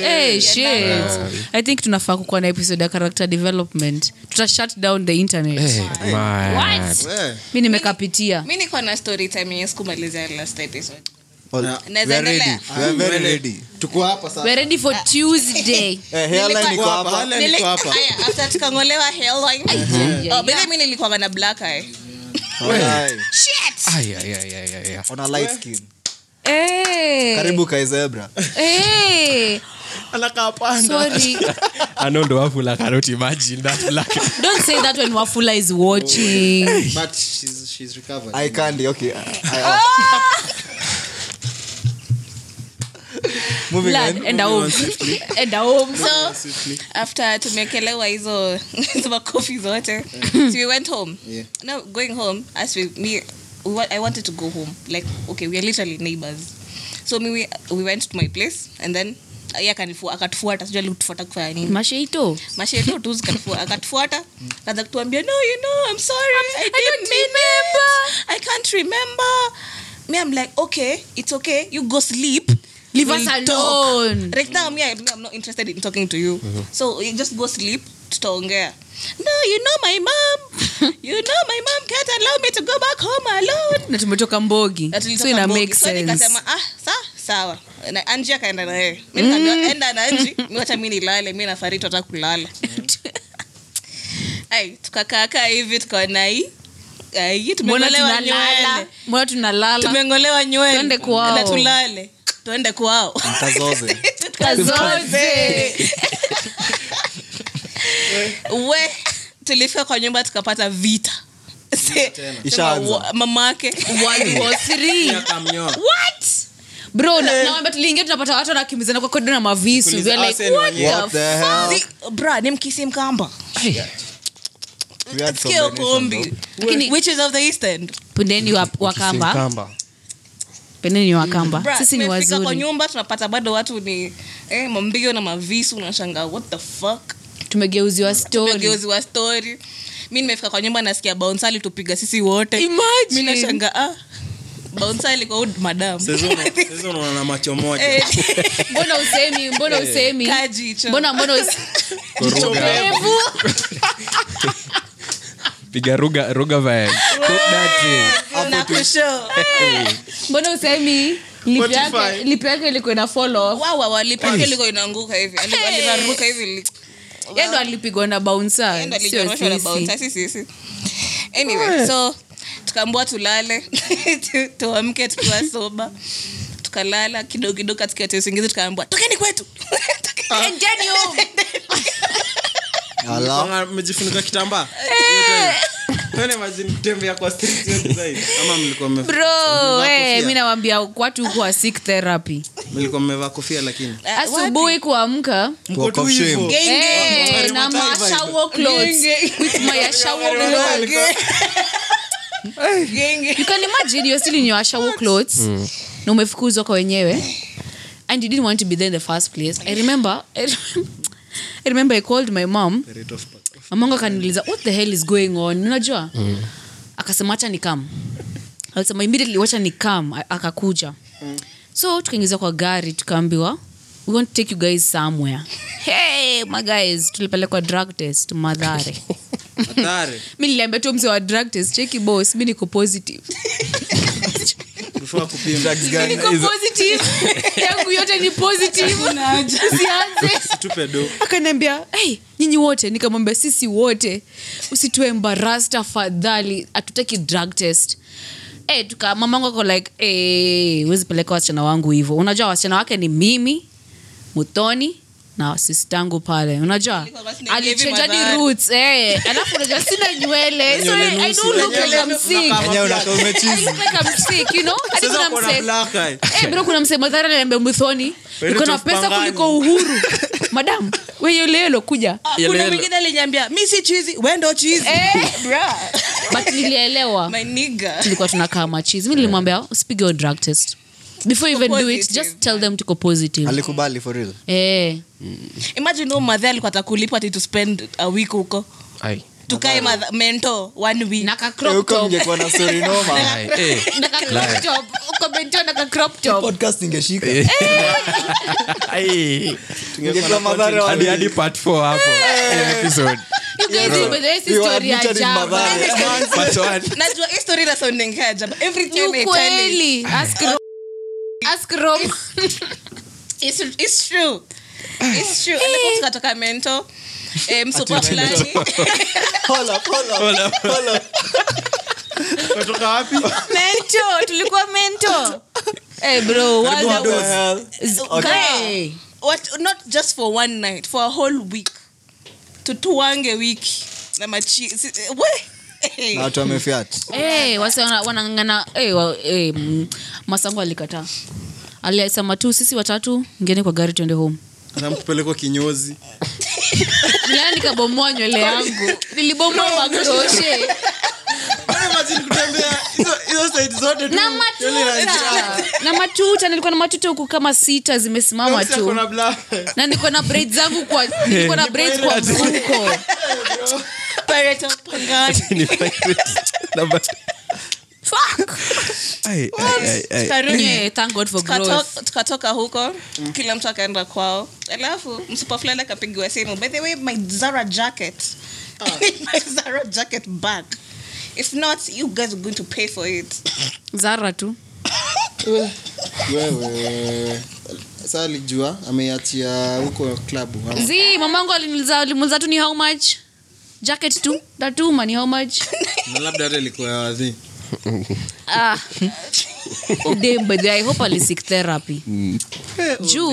B: hey, shit i think tunafaa kukuwa na episode ya character development tuta shut down the internet
D: Eh, man.
B: What?
C: Eh,
B: mi nimekapitia
F: mi niko na story time yenye sikumalizia last episode
E: All-
C: Na-
E: we are
F: Naeza
E: ready.
F: endelea?
E: We are very
C: Tuende.
E: ready.
C: tuko hapa sasa
B: we're ready for tuesday
E: Eh, hairline iko
C: Nilikuwa hapa,
E: hapa.
C: wale niko hapa.
F: Aya, after tukangolewa hairline.
B: yeah,
F: Oh, by the way, mi nilikuwanga na black eye
E: Alright.
F: Shit!
D: Ay, ay, ay, ay, ay, ay.
E: On a light skin.
B: Eh,
E: karibu kaizebra
B: eh,
C: anakaa panda
B: sorry.
D: ano ndo wafula cannot imagine that black
B: Don't say that when Wafula is watching.
C: but she's, she's recovered
E: i candy okay I- I- oh, moving
B: Blood
E: on
B: and a home. And a home.
F: so after tumekelewa hizo hizo makofi zote so we went home
C: Yeah.
F: no going home as we me we, wa- i wanted to go home like okay we are literally neighbors so me we, we went to my place and then ye akatufuata sijui alitufuata kufanya
B: Mm.
F: nini
B: Mashaito.
F: masheto tu zikatufu- akatufuata kaza kutuambia no you know i'm sorry I'm, i didn't mean it. i can't remember me i'm like okay it's okay you go sleep
B: Leave
F: We'll
B: us
F: talk.
B: alone.
F: Mm-hmm. right now me, I, me i'm not interested in talking to you
B: Mm-hmm.
F: so you just go sleep tutaongea no you know my mom you know my mom can't allow me to go back home alone
B: na tumetoka mbogi
F: Na tulitoka
B: so ina
F: Mbogi.
B: make
F: So
B: sense
F: nikasema ah sa sawa na anji akaenda na yeye mi nikaambiwa,
B: Mm.
F: enda na anji mi wacha mi nilale mi nafarito hata kulala
B: Mm.
F: ai tukakaakaa hivi tukaona hii ai
B: mbona
F: tumeonelewa
B: tunalala
F: nywele
B: mbona tunalala
F: tumengolewa nywele
B: Tuende kwao.
F: na tulale tuende kwao
E: mtazoze
B: Tukazoze.
F: we tulifika kwa nyumba tukapata vita Se-
E: Ishaanza.
F: wa- mama yake
B: World War Three. What? Bro, na- nawambia tuliingia tunapata watu wanakimbizana kwa kodi na mavisu We are like, what the
E: What the hell?
F: Si- bra ni mkisi mkamba
E: We had
F: Sikia
E: combinations,
F: ukumbi.
E: though.
B: Lakini-
F: Witches of the East End.
B: f- pendeni wa- wakamba pendeni wakamba
F: Bra,
B: sisi ni
F: tumefika kwa
B: wazuri
F: nyumba tunapata bado watu ni eh, mambio na mavisu unashanga what the fuck
B: tumegeuziwa story
F: megeuzi wa story mi nimefika kwa nyumba nasikia bouncer alitupiga sisi wote mi
B: Imagine.
F: nashanga ah, bouncer alikuwa huyu madam
C: unaona macho moja
F: Eh,
B: mbona usemi mbona usemi
F: kaji hicho.
B: mbona mbona us- Mrefu.
D: piga ruga ruga vibe. Cook that thing.
F: na kushow
B: mbona usemi lip yake-
C: Spotify.
B: lip yake ilikuwa ina fall off
F: wawa walipake liko inaanguka hivi Ali- aliraruka hivi li-
B: yeye ndo alipigwa na bouncer
F: Endo
B: sio
F: alinyoroshwa na
B: sisi.
F: bouncer, si sisi. anyway so tukaambua tulale Tu- tuamke tukiwa soba tukalala kidogo kidogo katikati ya usingizi tukaambua tokeni kwetu
B: Endeni home.
E: Ala.
C: Wanga- mmejifunika kitambaa Twende mazini, tembea kwa street yote zaidi. Ama mlikuwa mme-
B: bro
C: mmevaa
B: eh,
C: kofia?
B: mi nawambia watu kwa sick therapy
C: mlikuwa mmevaa kofia lakini
F: Eh,
B: asubuhi kuamka
C: Mko
E: Walk
C: tu
E: of
C: hivyo.
E: shame.
F: Genge.
B: eh, na ma shower clothes with my shower clothes
F: Genge.
B: you can imagine you're still in your shower clothes na umefukuzwa kwa wenyewe and you didn't want to be there in the first place i remember i remember, I, remember I called my mom
C: Rate of pa-
B: mamangu akaniuliza what the hell is going on unajua mm. akasema hacha ni kam akasema immediately wacha ni kam A- akakuja mm. so tukaingiza kwa gari tukaambiwa we want to take you guys somewhere hey my guys tulipelekwa drug test madhare
C: hatari.
B: mi niliambia tu mzee wa drug test cheki boss mi niko positive
C: Before kupima.
E: Drugs gani?
B: niko positive yangu yote ni positive usianze
C: Tupe do.
B: akaniambia hey, nyinyi wote nikamwambia sisi wote usitue embaras tafadhali hatutaki drug test hey, tuka mamangu ako like hey, huwezi peleka wasichana wangu hivyo unajua wasichana wake ni mimi mutoni na sistangu pale unajua
F: Alikuwa basi na hivi
B: alichenjani
F: madhara.
B: roots eh. alafu unajua sina nywele so I- I don't look like I'm sick.
E: Yenyewe unakaa umechizi.
B: I look like I'm sick, you know? Hadi
C: Sasa
B: kuna
C: uko na
B: mse-
C: black eye.
B: Eh, bro kuna msemadhara naambia muthoni
C: Wewe
B: uko na
C: tu
B: pesa
C: Pangani.
B: kuliko uhuru madam weyolelo kuja
F: Ah,
D: Yellow,
F: kuna
D: yellow.
F: mwingine alinyambia mi si chizi wendo chizi
B: Eh.
F: Bra.
B: but nilielewa
F: My nigga.
B: tulikuwa tunakaa machizi mi nilimwambia usipige hiyo drug test before you even do it
F: Positive.
B: just tell them tuko positive
E: alikubali for real
B: eh
F: imagine huyo madhe alikuwa atakulipa ati to spend a week huko
D: Ai.
F: tukae madha- mentor one week
B: na ka
E: Eh,
B: crop
E: huko
B: top
E: mngekuwa na story noma
D: Ai. Eh.
B: na ka crop top uko bento na ka crop top Eh,
E: podcast ingeshika
D: Ai.
E: ingekuwa madhara
D: Hadi- hadi part four hapo. Episode.
B: you guys you this story ya ajabu.
D: Part one.
F: najua hii story inasoundinga ajabu. every
B: Ni
F: time I tell it,
B: ukweli ask Ro- ask Ro-
F: it's, it's true it's
B: Eh.
F: true alafu tukatoka mento eh, msupa
E: Ati mento.
F: fulani
C: Kutoka wapi?
B: mento tulikuwa mento Eh, bro what the- Guy.
F: What- not just for one night for a whole week tutuange wiki na machi si- eh, we- eh.
E: na watu wamefiat
B: Eh, wase wana- wanang'ang'ana eh, wa- eh, mm, masango alikataa alisema tu sisi watatu ngeni kwa gari tuende home
C: Hata mkupelekwa kinyozi.
B: Nilala nikabomoa Yaani nywele yangu nilibomoa makroshe
C: Wewe imagine kutembea hizo- hizo side zote
B: Yaani
C: tu. Yaani
B: na
C: Yule
B: matuta
C: inajaa.
B: na matuta nilikuwa na matuta huku kama sita zimesimama
C: Sasa
B: tu
C: kuna black eye.
B: na nilikuwa na braid zangu kwa nilikuwa na braid kwa mfuko
F: Pareto Pangani.
D: Ni favorite. Number-
B: Fuck.
D: Ai, ai, ai, ai.
F: Tukarudi.
B: Yeah, thank God for
F: Tukato-
B: growth.
F: tukatoka huko kila mtu akaenda kwao alafu msupa fulani akapigiwa simu by the way my zara jacket I need my zara jacket back if not you guys are going to pay for it
B: zara tu
C: wewe saa alijua ameiachia huko klabu ama-
B: zi mamangu aliniuliza alimuuliza tu ni how much jacket tu datuma ni how much
C: na labda hata ilikuwa ya wadhi
B: ah. Dem, by the way, I hope ali seek therapy
E: Mm.
B: juu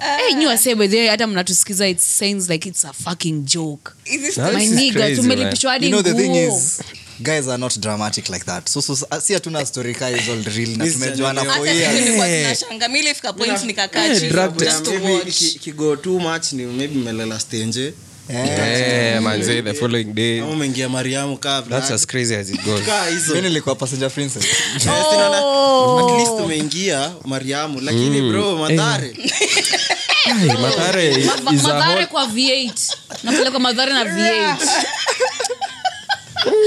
B: Eh, Hey, nyua say by the way, hata mnatusikiza it sounds like it's a fucking joke
F: Is this
D: That
B: my
D: is
B: nigga
D: crazy,
B: tumelipishwa hadi
E: you know the thing
B: nguo
E: is guys are not dramatic like that so, so so- si hatuna story ka hizo real na
C: This
E: tumejuana
C: generation-
E: for
F: hata mimi
E: years
F: nilikuwa zinashanga mi ilifika point nikakaa chini
D: drug
F: just
C: Yeah,
F: to
C: maybe
F: watch.
C: ki- kigo too much ni maybe melela stenje
D: Eh, manze, the following day,
C: ama umeingia mariamu kaa
D: that's
C: black.
D: as crazy as it goes.
C: kaa hizo
E: mi nilikuwa passenger princess
C: Yes, inaona- at least umeingia mariamu lakini
D: Mm.
C: bro madhare
D: Ai, Mathare
B: Ma-
D: is a
B: madhare
D: whole-
B: kwa v8 napelekwa madhare na v8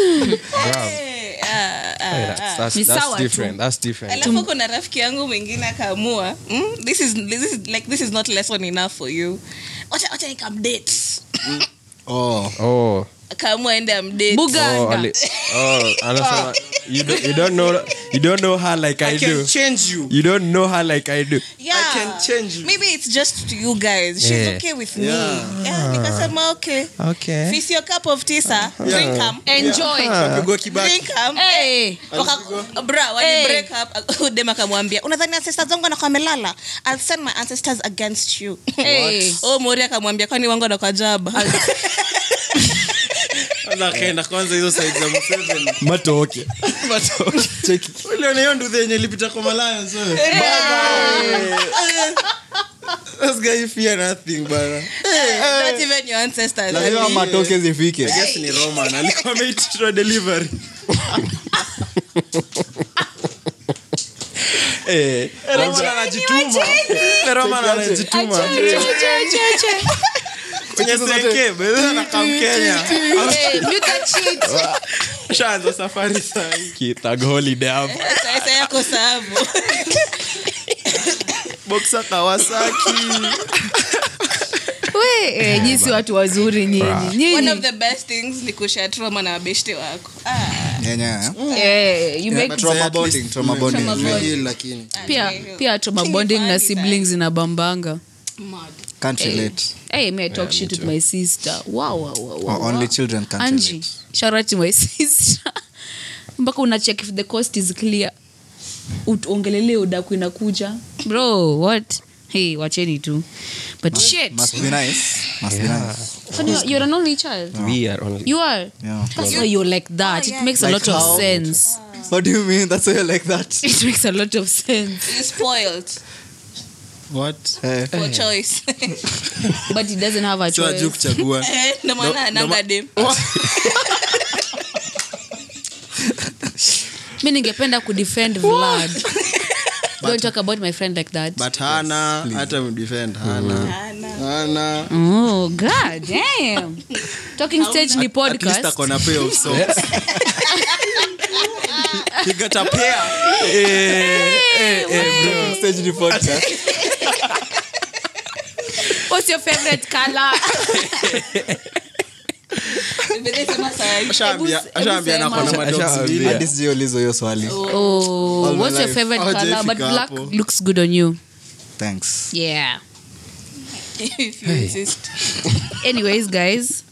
F: Eh, ah, ah.
D: Ai, that's- that's-
B: Ni
D: that's
B: sawa tu.
D: different, that's different.
F: alafu kuna rafiki yangu mwingine akaamua mm, this is, this is, like this is not lesson enough for you wacha wacha nikamdate
E: oh
D: Oh,
F: akaamua ende amdate
D: oh,
B: buganda
D: ali- oh, anasema, you don't- you don't know- you don't know her like I
C: i can
D: do.
C: change you
D: You don't know her like I do.
F: yeah.
C: I can change you.
F: maybe it's just to you guys she's
D: Yeah.
F: okay with
C: Yeah.
F: me yeah, nikasema okay
D: Okay.
F: If it's your cup of tea sir
C: Uh-huh.
F: drink 'em.
B: enjoy
E: Ah.
C: pigwa kibaki
F: Drink 'em.
B: Hey.
F: Waka- bra wali
B: Hey.
F: break up dem akamwambia unadhani ancestors wangu anakuwa amelala i'll send my ancestors against you
B: Hey.
F: oh mori akamwambia kwani wangu anakwajaba
C: Kwanza akaenda kwanza hizo side za Museveni.
E: matoke
C: Uliona hiyo nduthi yenye ilipita kwa Malayo, wewe? Baba. This guy fear nothing, bana.
F: not even your ancestors
E: lazima matoke
C: I
E: zifike
C: guess ni Roman. Alikuwa ameitishwa delivery.
D: Eh,
C: Roman anajituma. Roman anajituma. Kwenye seke, bwana anakaa Mkenya.
B: Hey, Mika cheat.
C: Shaanza safari saa hii.
D: ki- thug holiday hapo.
F: Sasa yako sabu
C: Boxer Kawasaki.
B: We, eh, jinsi watu wazuri nyinyi
F: one of
B: nyinyi
F: the best things ni kushare trauma na mabeshte wako ah,
E: Yeah, yeah.
B: Eh, you make-
E: Trauma bonding, trauma bonding.
B: pia
F: hiyo.
B: pia trauma bonding na
F: Funny
B: siblings inabambanga
E: Can't relate.
B: Hey, may I talk shit with my sister. Wow, wow, wow, wow,
E: Or only
B: wow.
E: children can't
B: Angie,
E: relate.
B: shout out to my sister. Mpaka unacheck if the cost is clear. Ut- Ongelele udaku inakuja. Bro, what? Hey, wacheni tu. But shit.
E: Must be nice. Must be nice.
B: So you're, you're an only child.
D: We are only-
B: You are.
E: Yeah.
B: That's why you're like that. It makes a lot
E: Like
B: of
E: how?
B: sense.
E: What do you mean? That's why you're like that.
B: It makes a lot of sense.
F: you spoiled
E: Eh,
F: for choice
B: But it doesn't have a
C: Sio
B: choice.
C: ajui kuchagua.
F: Eh, ndo maana ananga dem
D: Oh.
B: Mi ningependa kudefend Vlad. Don't talk about my friend like that.
C: But hana hata mdefend hana
F: Hana.
C: hana
B: Oh, God damn. Talking Stage ni
C: At least
B: podcast.
C: ako na pair of socks. He got a pair.
E: stage ni podcast.
B: What's your favorite color?
F: Mbele sema sahi.
C: Ashaambia-
B: Hebu-
C: ashaambia
B: hebu
C: na ako na
B: sema.
C: madogs mbili.
E: Hadi sijauliza hiyo swali.
B: Oh,
C: All my
B: what's your
C: life.
B: favorite
C: Hawajai
B: color? But
C: fika
B: black
C: hapo.
B: looks good on you.
E: Thanks.
B: Yeah.
F: If you insist.
B: Anyways, guys.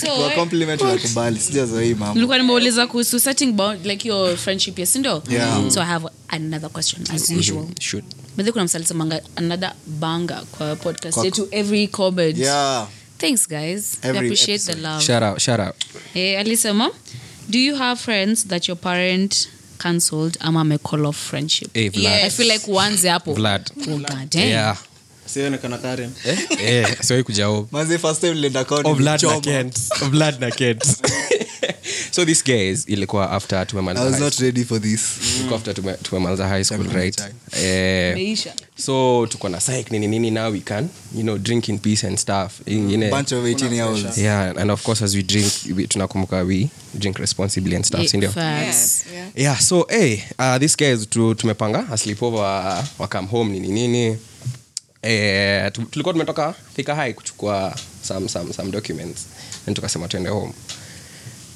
B: So, eh,
E: Kwa
C: eh,
E: compliment nakubali. Sijazoea hii mambo.
B: ulikuwa nimeuliza kuhusu setting bound like your friendship yes sindo
E: Yeah. Mm-hmm.
B: so i have another question as usual
D: Shoot.
B: bedhe kuna msalisemanga another banga kwa podcast yetu every comment
E: Yeah.
B: thanks guys we
E: Every
B: appreciate the
E: episode.
B: love
D: Shout out, shout out.
B: Eh, alisema do you have friends that your parent cancelled ama ame call off friendship
D: Eh, Vlad.
B: i feel like uanze hapo
D: Vlad.
B: Oh, God, damn.
D: Yeah.
C: Sionekana Karen.
D: Eh, Oh, eh, siwahi kuja home.
E: Manze, first time nilienda kwao
D: Oh, Vlad na
E: nilichoma.
D: Kent. Oh, Vlad na Kent. so this guy is ilikuwa after
E: I was
D: tumemaliza high
E: not ready for this.
D: Ilikuwa after tume- tumemaliza high school right eh,
B: Imeisha.
D: so tuko na psych nini nini now we can you know drink in peace and stuff ingine
E: Bunch of 18 year olds.
D: yeah and Mm. of course as we drink we, tunakumbuka we drink responsibly and stuff
B: Yeah,
D: sindio
B: facts.
D: yeah so hey, uh, this guys tu, tumepanga a sleepover wa come home nini nini eh, tu- tulikuwa tumetoka thika high kuchukua some, some, some documents then tukasema tuende home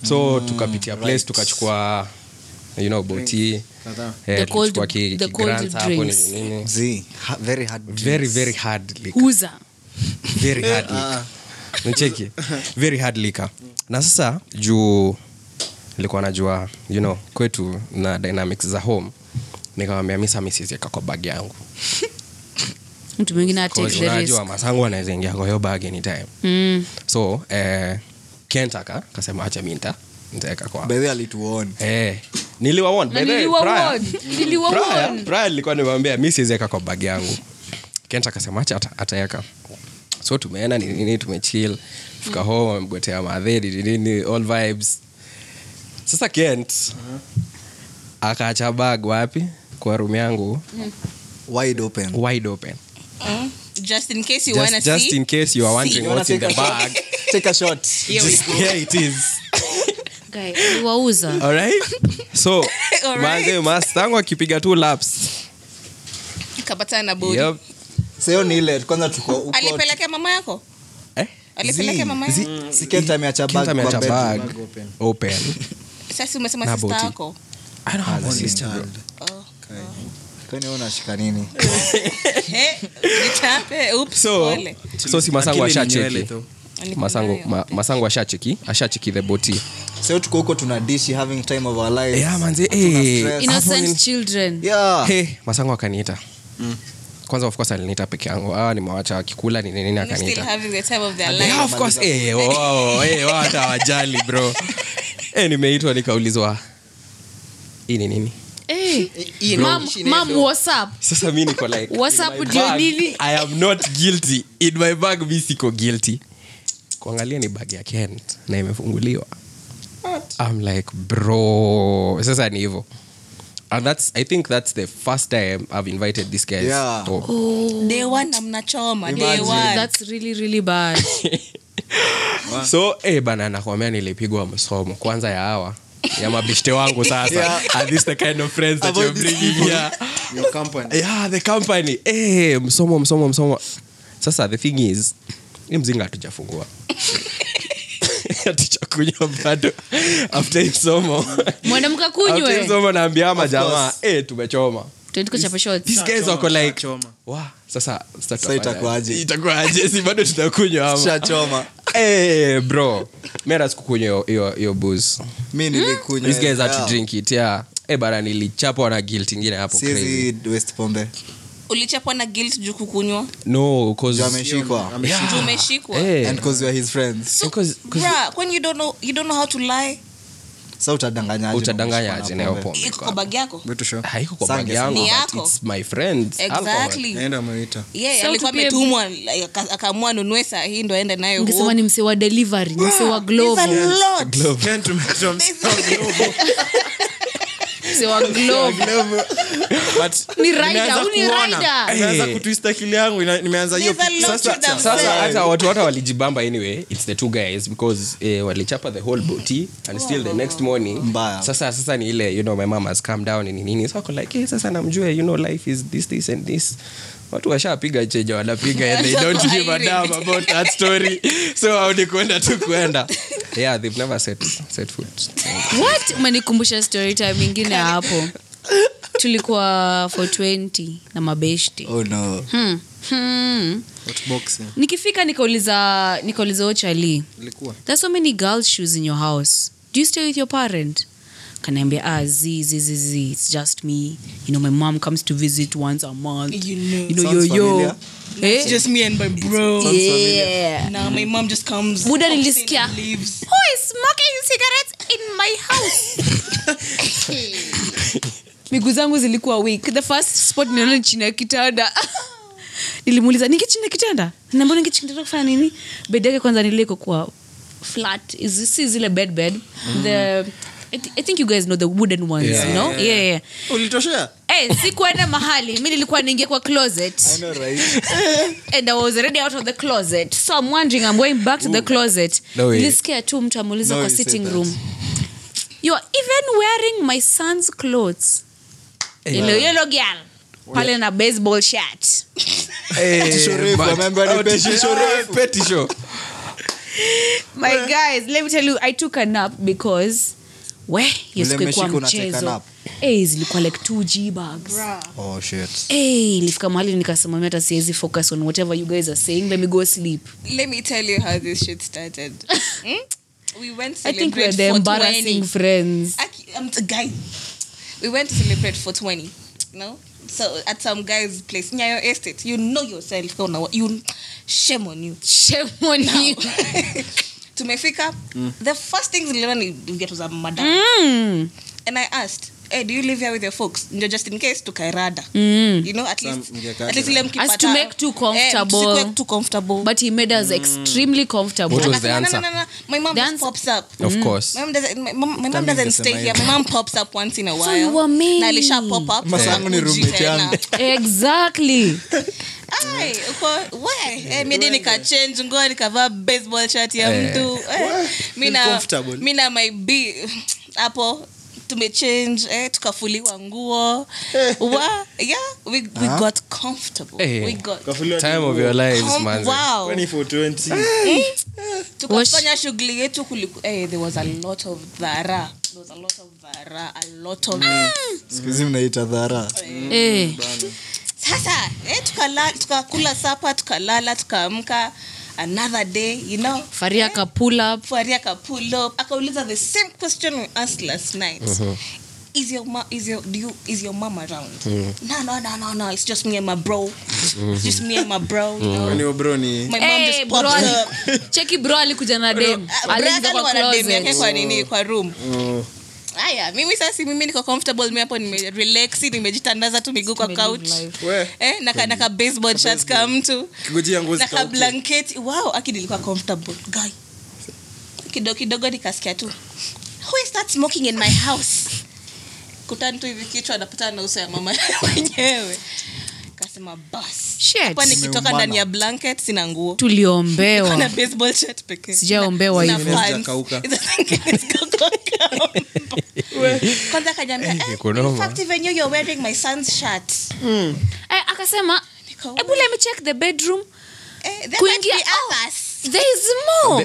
D: so mm, tukapitia place
E: right.
D: tukachukua you know boti
C: Kadhaa.
D: eh,
B: The cold-
D: tukachukua ki-
B: the cold
D: kigrants hapo nini
B: drinks.
D: nini.
E: Z, ha- very hard.
D: very
E: drinks.
D: very hard liquor.
B: Uza.
D: very
B: Ah,
D: hard liquor. Unacheki? very hard liquor. na sasa juu nilikuwa najua you know kwetu na dynamics za home nikawambia mi samisizieka kwa bag yangu
B: mtu mwingine ha take
D: Cause
B: the risk.
D: unajua masangu anaweza ingia kwa hiyo bag anytime
B: Mm.
D: so eh, kentaka kasema acha mi nita- nitaeka kwa
E: By the way, alituon.
D: eh, niliwaon
B: Na niliwa warn. Niliwa warn.
D: nilikuwa nimewambia mi siwezieka kwa bag yangu kent akasema acha ata- ataeka so tumeenda ni nini tumechill fika home amgotea madheri ni nini all vibes sasa kent akaacha bag wapi kwa rum yangu
E: Wide open.
D: wide open
F: just in case you wanna
D: just, just
F: see
D: in case you are
F: See.
D: wondering
F: You
D: what's in the bag
E: Take a shot.
D: just here it is
B: Guy, aliwauza.
D: alright so
F: Alright.
D: manze mastangu akipiga tu laps
F: kapatana na bodi
D: yep.
E: Sio ni ile kwanza tuko huko.
F: alipelekea mama yako
D: eh?
F: alipelekea mama
D: Zi-
F: yako
E: Si Kent ameacha
D: Kent
E: bag kwa
D: ameacha
E: bedroom.
D: bag
C: Bag open.
D: open.
F: sasa umesema
D: Na
F: sista
D: boti.
F: yako
D: I
F: Oh.
D: don't have a sister, bro.
E: Kwani wewe unashika nini?
F: Eh, nitape, oops,
D: so
F: pole.
D: so si masangu
A: Akili ni nywele
D: ashacheki
A: tu.
F: Niko
D: masangu
F: nayo.
D: ma, masangu ashacheki ashacheki the boti
E: Sio tuko huko tuna dishi having time of our lives.
D: yeah, ah, manze
E: stress.
D: eh, hapo
B: innocent
D: ni-
B: children
E: Yeah.
D: hey, masangu akaniita Mm. kwanza of course aliniita peke yangu ah, nimewacha akikula nini nini
F: They're still
D: akaniita
F: having the time of their
D: Yeah,
F: life
D: of course. Eh, wao, eh, wao hata hawajali, bro Eh, nimeitwa nikaulizwa hii ni nini
B: Hey,
C: Hii
B: mom-
C: ni-
B: mom, Eh. what's up?
D: sasa mi niko like
B: What's
D: in
B: up
D: my
B: with
D: bag,
B: your nini?
D: i am not guilty in my bag mi siko guilty kuangalia ni bag ya kent na imefunguliwa I'm like bro sasa ni hivo and that's i think that's the first time i've invited this guys
E: Yeah.
B: Oh,
D: to
F: Day one na mnachoma day
E: Imagine.
F: one.
B: That's really, really bad.
D: so eh, bana nakwambia nilipigwa msomo kwanza ya hawa ya mabishte wangu sasa
E: Yeah.
D: are this the kind of friends that you're
E: Avoid these
D: bringing here
C: Your company.
D: yeah, the company eh, msomo msomo msomo sasa the thing is hii mzinga hatujafungua hatujakunywa bado after hii msomo
B: mwanamka
D: After hii
B: kunywe
D: msomo naambia ama jamaa eh, tumechoma
B: tuendiko chapa shots.
D: these guys wako like
C: Choma.
D: wa sasa sasa
E: Sasa itakuwaje?
D: itakuwaje si bado tutakunywa ama
E: Shachoma.
D: eh bro mera sikukunywa hiyo- hiyo hiyo booze
E: Mi nilikunywa.
D: these guys had to
E: Yeah.
D: drink it yeah eh bara nilichapwa na guilt ingine hapo crazy
E: Sizi West Pombe.
F: ulichapwa na guilt juu kukunywa
D: no cause
E: Juu ameshikwa.
F: juu umeshikwa
D: eh
E: And cause we are his friends.
F: So,
D: Because- because-
F: bruh, when you don't know you don't know how to lie
E: Sasa utadanganyaje?
D: utadanganyaje na hiyo pombe
F: iko kwa bag yako
C: Go to shop.
D: haiko kwa bag
E: Sange sana.
D: yangu
F: Ni
D: but
F: yako.
D: it's my friends alcohol. eh?
F: exactly
C: Naenda ameita.
F: yeah
B: So
F: alikuwa
B: to be a-
F: ametumwa like, aka- akaamua nunue saa hii ndo aende nayo
B: ungesema
F: home.
B: ni mse wa delivery mse wa
F: There's a
B: glovo
F: lot.
C: Ken tumetoa msao
B: mse wa glovo
D: But-
B: ni rider,
C: Nimeanza
B: huyu ni
C: kuona.
B: rider.
D: Eh.
C: Nimeanza kutwista akili yangu ina- nimeanza hiyo
F: There's a lot
C: sasa
F: to them.
D: sasa
F: Sorry.
D: hata watu hata walijibamba anyway its the two guys because eh, walichapa the whole booty and still the next morning
E: Mbaya.
D: sasa sasa ni ile you know my mom has come down ni nini so ako like eh, sasa namjua you know life is this this and this watu washapiga cheja wanapiga and they don't give a damn about that story so au ni kwenda tu kwenda yeah they've never set, set foot
B: what umenikumbusha story time ingine hapo tulikuwa 420 na mabeshti
E: Oh no.
B: hmm. Hmm.
C: Hotbox, eh,
B: nikifika nikauliza nikauliza ochali
C: ilikuwa.
B: there's so many girls shoes in your house do you stay with your parent kaniambia ah z z z z it's just me you know my mom comes to visit once a month
F: You know.
B: you know yo
E: Sounds
B: yo
E: familiar.
B: eh?
F: just me and my bro
B: yeah
F: now my mom just comes
B: muda
F: pops in
B: nilisikia
F: and leaves
B: who is smoking cigarettes in my house miguu zangu zilikuwa weak the first spot niliona ni chini ya kitanda nilimuuliza niki chini ya kitanda naambia niki chini ya kitanda kufanya nini bedi yake kwanza nilikokuwa flat is si zile bed bed the I, thi- i think you guys know the wooden ones
D: Yeah.
B: you know Mm. yeah, yeah.
C: ulitoshea
B: Hey, Eh, sikuenda mahali mi nilikuwa niingia kwa closet
E: know, right?
B: and i was already out of the closet so i'm wondering i'm going back to the closet
D: No way.
B: nilisikia tu mtu amuuliza
E: No,
B: kwa
E: you said
B: sitting
E: that.
B: room you are even wearing my son's clothes yellow yellow girl pale na baseball shirt
E: Tisho refu,
D: Eh, but-
E: remember ni
D: Oh, tisho
E: petisho refu.
D: refu, petisho.
B: my guys let me tell you i took a nap because we yosikekuwa
E: umeshika unateka
B: mchezo
E: nap.
B: Eh, zilikuwa like 2g bags
E: Oh, shit.
B: Eh, ilifika mahali nikasimamia hata siwezi focus on whatever you guys are saying let me go sleep
F: Let me tell you how this shit started. Hmm? We went to
B: i think we're
F: celebrate
B: the
F: 420.
B: embarrassing friends
F: Aki- I'm t- guy. We went to celebrate 420. No? So at some guy's place, Nyayo Estate, you know yourself. You know, you shame on you.
B: shame on you
F: Tumefika. The first things niliona ni get was a madam.
B: mm.
F: And I asked, Hey, do you live here with your folks? Ndio just in case tukairada. You know, at least
C: mngekata.
F: at least ile mkipata.
B: Mm. As to make too comfortable.
F: Eh, msikuwe too comfortable.
B: but he made us extremely comfortable
D: What was the
F: Akasema, "No,
D: answer?
F: no, no, no. My mom
B: The
F: just
B: answer-
F: pops up.
D: Of course.
F: My mom doesn't, my mom, my mom
E: Tammy
F: doesn't
E: ingesema
F: stay here.
E: hivyo.
F: My mom pops up once in a while.
B: you were mean.
F: Na alisha pop up.
E: Mama yangu ni
F: Uji
E: roommate
F: tena.
E: yangu.
B: exactly
F: Ai, uko- why? Eh, mi hadi nikachange nguo nikavaa baseball shirt ya mtu Eh, mi na-
C: Feel comfortable.
F: mi na my b hapo tumechange eh, tukafuliwa nguo wa yeah we, we got comfortable
D: Eh.
F: we got
C: Kafuliwa
D: Time
C: tu.
D: of your lives,
F: com-
D: manze.
F: wow
C: Kwani 420?
F: tukafanya shughuli yetu kuliku, eh, there was a lot of dhara there was a lot of dhara a lot of
E: Siku hizi mnaita dhara
B: eh.
F: sasa eh, tukala- tukakula sapa tukalala tukaamka another day you know
B: faria ka pull up
F: faria ka pull up akauliza the same question we asked last night Is your ma- is your do you is your mom around? No no no no no. It's just me and my bro. It's just me and my bro. You know?
C: Kwani obro ni
F: My mom
B: Hey,
F: just
B: bro,
F: pops up.
B: ali- cheki bro alikuja na dem
F: Ah,
B: aliingia
F: brother
B: kwa
F: wana dem yake
B: closet
F: kwa nini kwa room aya mimi sasi mimi niko comfortable mi hapo nimerelaxi nimejitandaza tu miguu kwa couch
C: We.
F: eh, naka, naka baseball shirt ka mtu
C: kigojea ngozi
F: naka
C: kauke.
F: blanketi wow aki nilikuwa comfortable guy kidogo kidogo nikasikia tu who is that smoking in my house kutani tu hivi kichwa anapatana na uso ya mama mwenyewe kasema bas
B: Shit.
F: Hapa nikitoka
E: Tumeumana.
F: ndani ya blanket sina nguo Kuna
B: tuliombewa
F: baseball shirt pekee.
B: Sijaombewa
F: Sina
B: hivyo.
F: fans.
C: Zijakauka.
F: Zingine zikakauka. kwanza akaniambia, "Eh,
D: Iko
F: in
D: noma.
F: fact, even you, you're wearing my son's shirt."
B: eh, akasema
F: Niko,
B: hebu let me check the bedroom
F: "Eh, there
B: Kuingia- Oh.
F: must be others."
B: there is more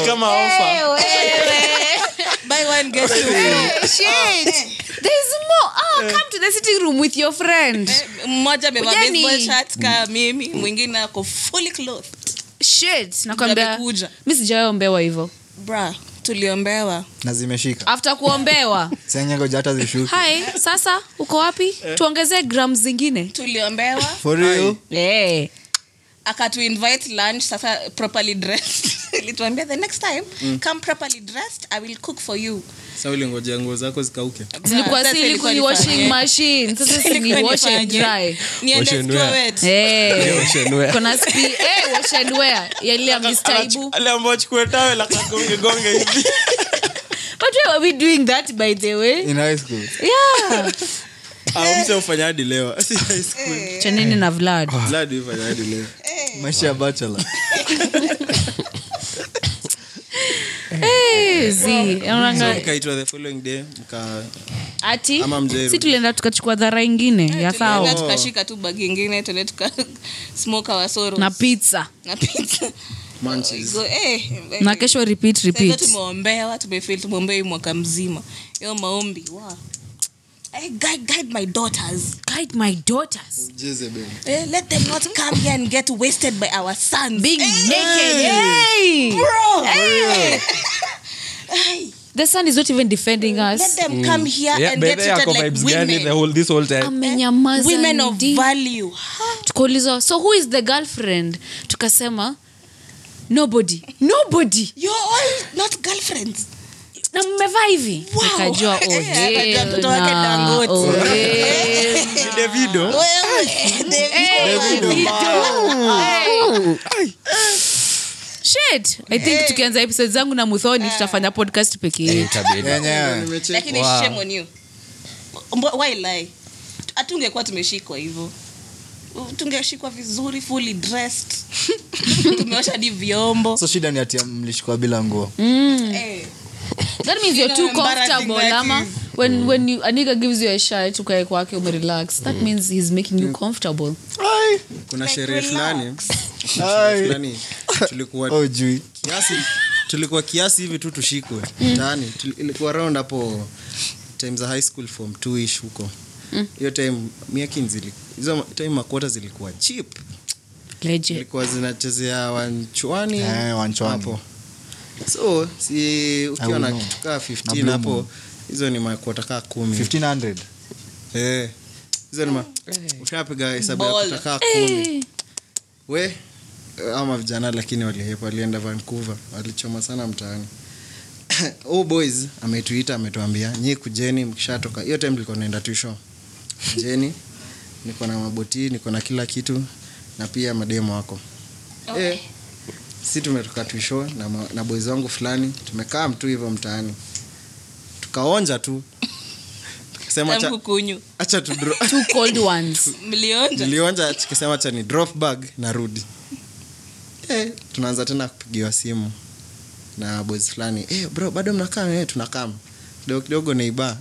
C: Ni kama offer.
F: Eh, Buy one, get two.
B: there is more oh, come to the sitting room with your friend
F: Eh, mmoja amevaa
B: Ujeni.
F: baseball shirt ka mimi mwingine ako fully clothed.
B: shit nakwambia
F: Amekuja.
B: mi sijaombewa hivyo
F: Bra, tuliombewa
E: na zimeshika
B: after kuombewa
E: senyengoja hata zishuki
B: hai sasa uko wapi
D: Eh.
B: tuongezee gram zingine
F: tuliombewa
E: For real?
B: Eh.
F: akatuinvite lunch sasa properly dressed ilituambia the next time come properly dressed i will cook for you
C: Sasa ulingojea nguo zako zikauke
B: zilikuwa
F: Sasa
B: si ilikuwa ni
F: ilikuwa
B: washing
F: nifanye.
B: machine sasa si ni wash and dry
F: Niende
D: Ocean
F: zikiwa
D: wear.
F: wet.
B: Eh.
D: Wash and wear.
B: kuna spi eh, wash and wear ya ile ya Mr. Ibu.
C: Ale ambao achukue tawe la kagonge gonge hivi.
B: But why are we doing that by the way
E: In high school.
B: yeah
C: Ah, mse ufanya hadi leo. Si high school.
B: chaneni na vlad
D: Oh.
C: Vlad ufanya hadi leo.
E: maisha ya bachelor
B: Eh, zi,
C: So
B: unaanga-
C: mkaitwa the following day mka
B: ati
C: Ama mjairu.
B: si tulienda tukachukua dhara ingine ya
F: Tulienda
B: thao
F: tukashika tu bagi ingine tuende tuka smoke our sorrows.
B: na pizza
F: na pizza
C: munchies.
F: Go, eh, eh.
B: na kesho repeat
F: Sasa hizo
B: repeat
F: tumeombewa tumefil tumeombea hii mwaka mzima hiyo maombi wa Eh, guide, guide my daughters
B: guide my daughters
C: Jezebel.
F: eh, let them not come here and get wasted by our sons
B: being
F: Eh,
B: naked Hey!
F: bro
B: the sun is not even defending
F: let
B: us
F: them come here
D: Yeah,
F: and
D: by
F: get
D: the way, ako
F: treated like
D: vibes
F: women Eh,
D: gani the whole- this whole time?
B: amenyamaza
F: women of
B: ndi.
F: value
B: tukaulizwa so who is the girlfriend tukasema nobody nobody
F: you're all not girlfriends
B: na mmevaa hivi nikajua oh,
F: Yeah,
B: hell
F: akajua mtoto wake
B: na,
F: Dangote. Eh,
B: oh, hell
E: davido
D: Eh,
B: shit i think tukianza episode zangu na muthoni tutafanya podcast peke yetu
D: Eh, Itabidi.
E: yenyewe
C: Nimeche-
F: lakini shame on you Mbo- why lie hatungekuwa tumeshikwa hivyo tungeshikwa vizuri fully dressed tumeosha di vyombo
E: so shida ni ati mlishikwa bila nguo
C: Mm.
F: Eh,
B: that means you're
F: know,
B: too
F: embarrassing
B: comfortable
F: that
B: ama when when you, a nigga gives you a shirt ukae kwake umerelax that means he's making you comfortable
E: Ai,
C: kuna sherehere
F: relax.
C: fulani
E: Ai.
C: fulani tulikuwa
E: oh, jui
C: kiasi tulikuwa kiasi hivi tu tushikwe mtaani Tuli- ilikuwa round hapo time za high school form two ish huko hiyo time miakin zili- hizo ma- time makwota zilikuwa cheap
B: legit
C: ilikuwa zinachezea wanchwani
E: Eh, wanchwani.
C: hapo so si ukiwa
E: I
C: na
E: will know.
C: kitu kaa
E: Na
C: 15
E: blue
C: hapo
E: moon.
C: hizo ni makwota kaa kumi
E: 1500
C: Eh. hizo ni ma ushapiga hesabu ya
F: Eh. Ball. Eh.
C: kwota kaa kumi we ama vijana lakini walihepa walienda vancouver walichoma sana mtaani oh boys ametuita ametuambia nyi kujeni mkishatoka hiyo time tulikuwa naenda tusho jeni niko na maboti niko na kila kitu na pia mademo wako eh, si tumetoka tusho na, ma- na boys wangu fulani tumekaa mtu hivyo mtaani tukaonja tu tukasema
F: tangu
C: acha-
F: kukunyu
C: acha tu dro-
B: two cold ones
F: mlionja
C: nilionja tukisema cha ni drop bag narudi eh, tunaanza tena kupigiwa simu na boys fulani eh, bro bado mnakam eh, tunakam kidogo kidogo neiba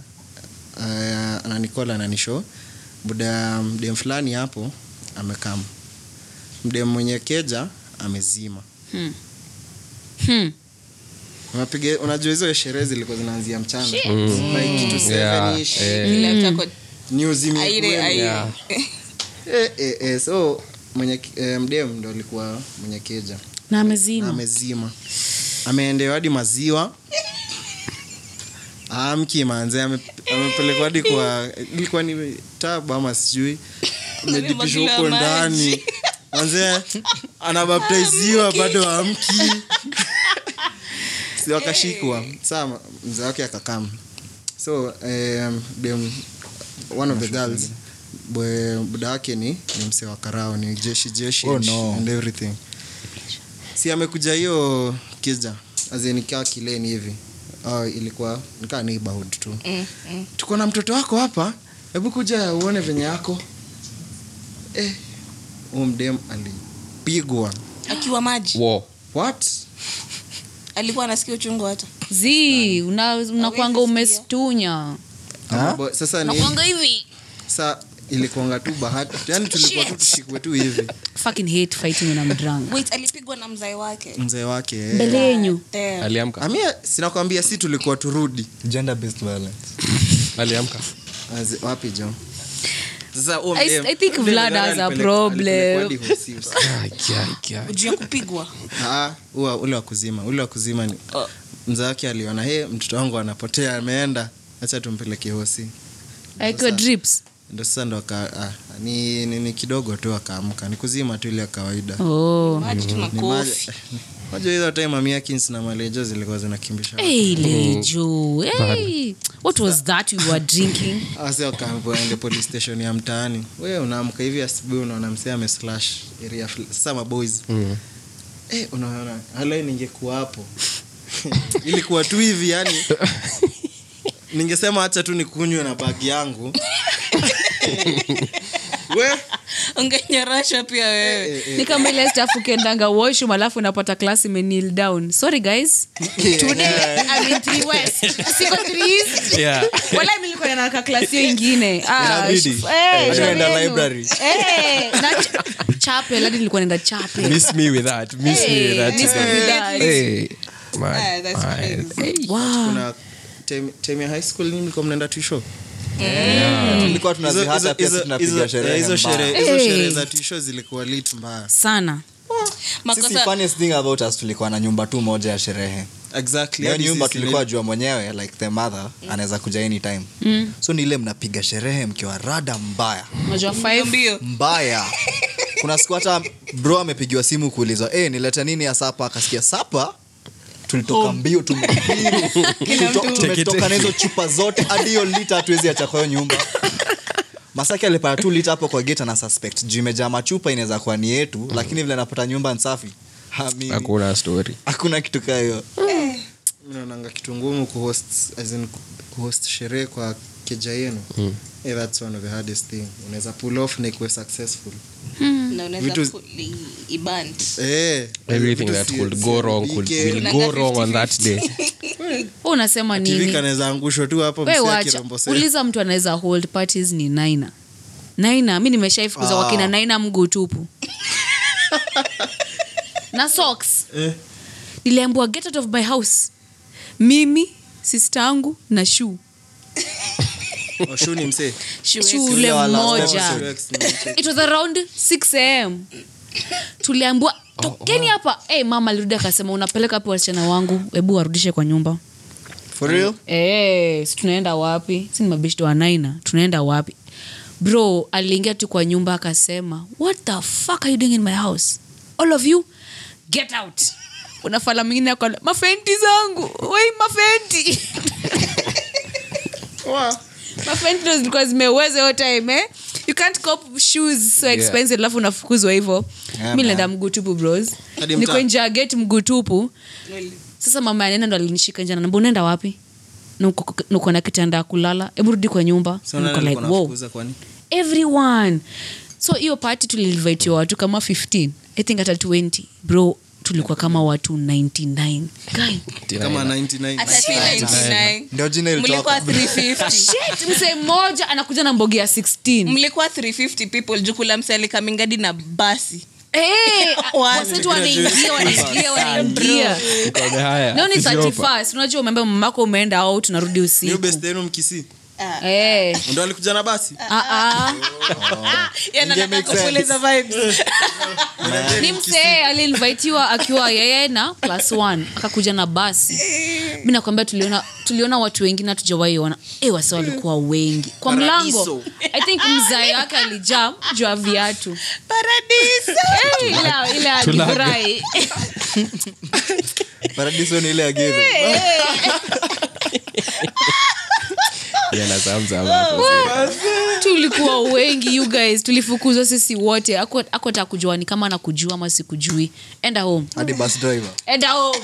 C: uh, ananikola ananisho buda ya mdem fulani hapo amekam mdem mwenye keja amezima
B: hmm.
C: unapiga unajua hizo sherehe zilikuwa zinaanzia mchana like kitu
D: Yeah,
C: 7ish
D: eh.
F: Kila chako
C: news
F: Mm. aire
C: imekuwemo.
F: aire
C: eh, eh, eh, so mwenye eh, mdem ndo alikuwa mwenye keja
B: na
C: Na
B: amezima
C: amezima ameendewa hadi maziwa amki manze ame- amepelekwa hadi kwa ilikuwa ni tab ama sijui amedipishwa huko
F: Amemwagiliwa
C: ndani
F: maji.
C: manze anabaptiziwa bado amki si wakashikwa saa mzee wake akakam so um, dem, one of the girls bwe- buda wake ni ni msee wa karao ni jeshi jeshi
E: Oh,
C: and-
E: no.
C: and everything si amekuja hiyo kija azinikaa kileni hivi uh, ilikuwa nikaa neighborhood tu mm, mm. tuko na mtoto wako hapa hebu kuja uone venye yako eh, huyu mdem alipigwa
F: akiwa maji
D: Wo.
C: what
F: alikuwa anasikia uchungu hata
B: z unakwanga
F: Hawezi
B: umestunya
E: Ha?
C: Abo- sasa ni
B: nakwanga hivi
C: sa ilikuanga tu bahati yani tulikuwa tu tushikwe tu hivi
B: fucking hate fighting when i'm drunk
F: wait alipigwa na mzai wake
C: mzee wake eh.
B: mbele yenyu
F: Damn.
D: aliamka
C: amia sinakwambia si tulikuwa turudi
E: gender based violence
D: aliamka
C: Azi- wapi jo sasa huyo
B: I-
C: mdem-
B: I think
C: mdem
B: Vlad
C: nadhani
B: has a
C: alipelekwa-
B: problem.
C: alipelekwa hadi hosi-
F: juu ya kupigwa
C: Ah, huwa ule wa kuzima ule wa kuzima ni
F: Oh.
C: mzee wake aliona he mtoto wangu anapotea ameenda acha tumpeleke hosi
B: aiko Eh, drips
C: ndo sasa ndo aka- ah, ni, ni, ni kidogo tu akaamka ni kuzima tu ile ya kawaida
B: oh.
F: maji tuna
C: Ni maji-
F: kofi
C: unajua hizo time amiakins na malejo zilikuwa zinakimbisha
B: Hey, Lejo. Hey. What was that you were drinking?
C: wasi wakaende police station ya mtaani we unaamka hivi asubuhi unaona msee ameslash area fl- sasa maboys mm. eh, unaona hala ningekuwa hapo ilikuwa tu hivi yani ningesema hacha tu nikunywe na bagi yangu we
F: ungenyorosha pia wewe
B: ni kama ile staff ukiendanga washroom alafu unapata class imenil down sorry guys today I'm in three west siko three east
D: Yeah.
B: wala mimi nilikuwa nanaka class hiyo ingine ah
E: Inabidi.
B: sh- eh,
E: Unaenda
B: shamenu.
E: library.
B: eh na ch- chapel hadi nilikuwa naenda chapel
D: miss me with that miss me
B: Hey,
D: with that
B: miss me with that.
D: Hey, man,
F: Ah, that's
D: man.
F: crazy.
B: wow
C: kuna time- time ya high school ni mlikuwa mnaenda tisho
E: Eh. tulikuwa tunazihata pia si tunapiga sherehe
C: hizo
E: mbaya.
C: sherehe hizo
B: Hey.
C: sherehe za tisho zilikuwa lit mbaya
B: sana
E: Sisi,
F: makosa
E: funniest thing about us tulikuwa na nyumba tu moja ya sherehe
C: exactly
E: hiyo
C: hadi
E: nyumba
C: sisi
E: tulikuwa jua mwenyewe like the mother anaweza kuja anytime mm. so ni ile mnapiga sherehe mkiwa rada mbaya
B: unajua five
E: Mm.
F: mbio
E: mbaya "Eh, kuna siku hata bro amepigiwa simu kuulizwa e nilete nini ya sapa akasikia sapa
C: Oh.
E: tulitoka mbio tumepiru Tuto- tumetoka na hizo chupa zote hadi hiyo lita hatuwezi acha kwayo nyumba masaki alipata tu lita hapo kwa gate na suspect juu imejaa machupa inaweza kuwa ni
D: Mm.
E: yetu lakini vile anapata nyumba ni safi Hamini.
D: hakuna story
E: hakuna kitu kaa hiyo
F: Eh,
C: naonanga kitu ngumu kuhost, as in kuhost sherehe kwa keja yenu
E: Hmm.
C: eh, that's one of the hardest thing unaweza pull off na ikuwe successful
B: Mm.
F: na unaweza
C: Vitu-
F: kuli- ibant.
C: eh,
D: everything
C: vitu
D: that
C: si-
D: could
C: si-
D: go wrong could,
C: vike.
D: will go wrong on that day
B: Wewe unasema
C: TV
B: nini
C: kanaweza angushwa tu hapo
B: We
C: msia
B: wacha
C: kirombo sera.
B: uliza mtu anaweza hold parties ni naina naina mi nimeshaifukuza
E: Ah.
B: wakina naina mguu tupu na socks
C: Eh.
B: niliambiwa get out of my house mimi sista yangu na shu
E: Oh,
C: Oshu ni msee
B: shule moja
E: episode.
B: it was around 6am tuliambiwa tokeni hapa hey, mama alirudi akasema unapeleka wapi wasichana wangu hebu warudishe kwa nyumba
E: for real
B: Eh, si tunaenda wapi si ni mabishto wa naina tunaenda wapi bro aliingia tu kwa nyumba akasema what the fuck are you doing in my house all of you get out kuna fala mwingine akala mafenti zangu wei mafenti mafenti ndo zilikuwa zimeweza hiyo time eh? you can't cop shoes so expensive alafu unafukuzwa hivyo
E: Yeah,
B: mi naenda mguu tupu bros
C: Hadi mtaa.
B: niko nje ya gate mguu tupu sasa mama ya nena ndo alinishika njana namba unaenda wapi Na uko- na uko na kitanda ya kulala hebu rudi kwa nyumba Niko like, wow everyone so hiyo party tuliinvitiwa watu kama 15 i think hata 20 bro tulikuwa kama watu 99 Guy,
C: kama 99
F: Hata si 99.
E: Ndio jina ilitoka.
F: Mlikuwa 350.
B: shit msee mmoja anakuja na mbogi ya 16
F: mlikuwa 350 people jukula msalikamingali na basi
B: Eh, wasetu wanaingia wanaingia wanaingia
D: Mkono haya,
B: nao ni
D: Ethiopia.
B: 31st unajua umeambia mamako umeenda out unarudi
C: Hiyo
B: usiku
C: beste yenu mkisii
B: eh
C: ndo alikuja na basi
B: ah ah
F: yanataka kupuliza vibes
B: ni msee aliinvitiwa akiwa yeye na class one akakuja na basi mi nakwambia tuliona, tuliona watu wengine hatujawaiona e wase walikuwa wengi kwa mlango i think mzai wake alijaa juu ya viatu
F: paradiso
B: Eh, ila- ila alifurahi.
E: paradiso ni ile ya gere
D: Yeah, na Zamzam
F: Oh.
D: hapo.
B: tulikuwa wengi you guys tulifukuzwa sisi wote akota kujua ni kama nakujua ama sikujui enda home
E: hadi bus driver
B: enda home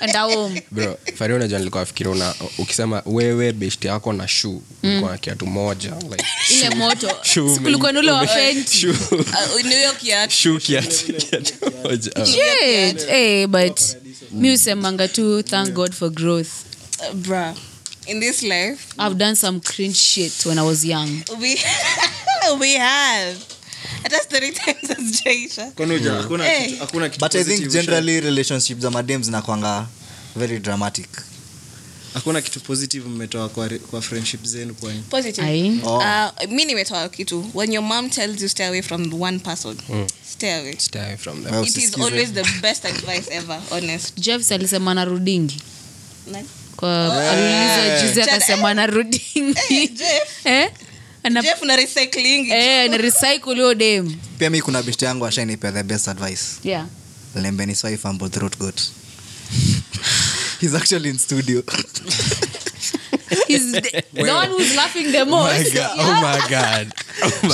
B: enda home
D: bro fari unajua nilikuwa nafikiria una ukisema wewe beshti yako na shu ulikuwa na kiatu moja like,
B: ile moto
D: Shoo,
B: Mm. Si kulikuwa ni ule wa
D: ume-
B: fenti
D: shoe-
F: Uh, new york ya
D: shoe kiatu kiatu moja Ah.
B: Shit. Eh, but mi usemanga tu thank god for growth
F: uh, bra in this life
B: i've done some cringe shit when i was young
F: we we have hata story times hazijaisha
C: Kwani huja- hakuna
F: Eh.
C: kitu- hakuna kitu
E: Hmm. but i think
C: positive usha-
E: generally relationship za madem zinakwanga very dramatic
C: hakuna kitu positive mmetoa kwa, re- kwa friendship zenu kwani
F: positive
B: Ai.
E: Oh.
F: Uh, mi nimetoa kitu when your mom tells you stay away from one person
E: Mm.
F: stay away
D: Oh, Stay from them.
E: Well,
F: it is
E: usisikize.
F: always the best advice ever honest
B: jeffs alisema narudingi
F: Nani?
B: kwa aliuliza juzi
F: Chana-
B: akasema narudingi
F: Jeff,
B: eh? Ana-
F: Jeff na recycling
B: eh, na recycle hiyo dem
E: pia mi kuna bishti yangu ashainipea the best advice
B: yeah
E: lembeni swaifambo throat goat he's actually in studio
B: He's the, the one who's laughing the most
D: Oh my God.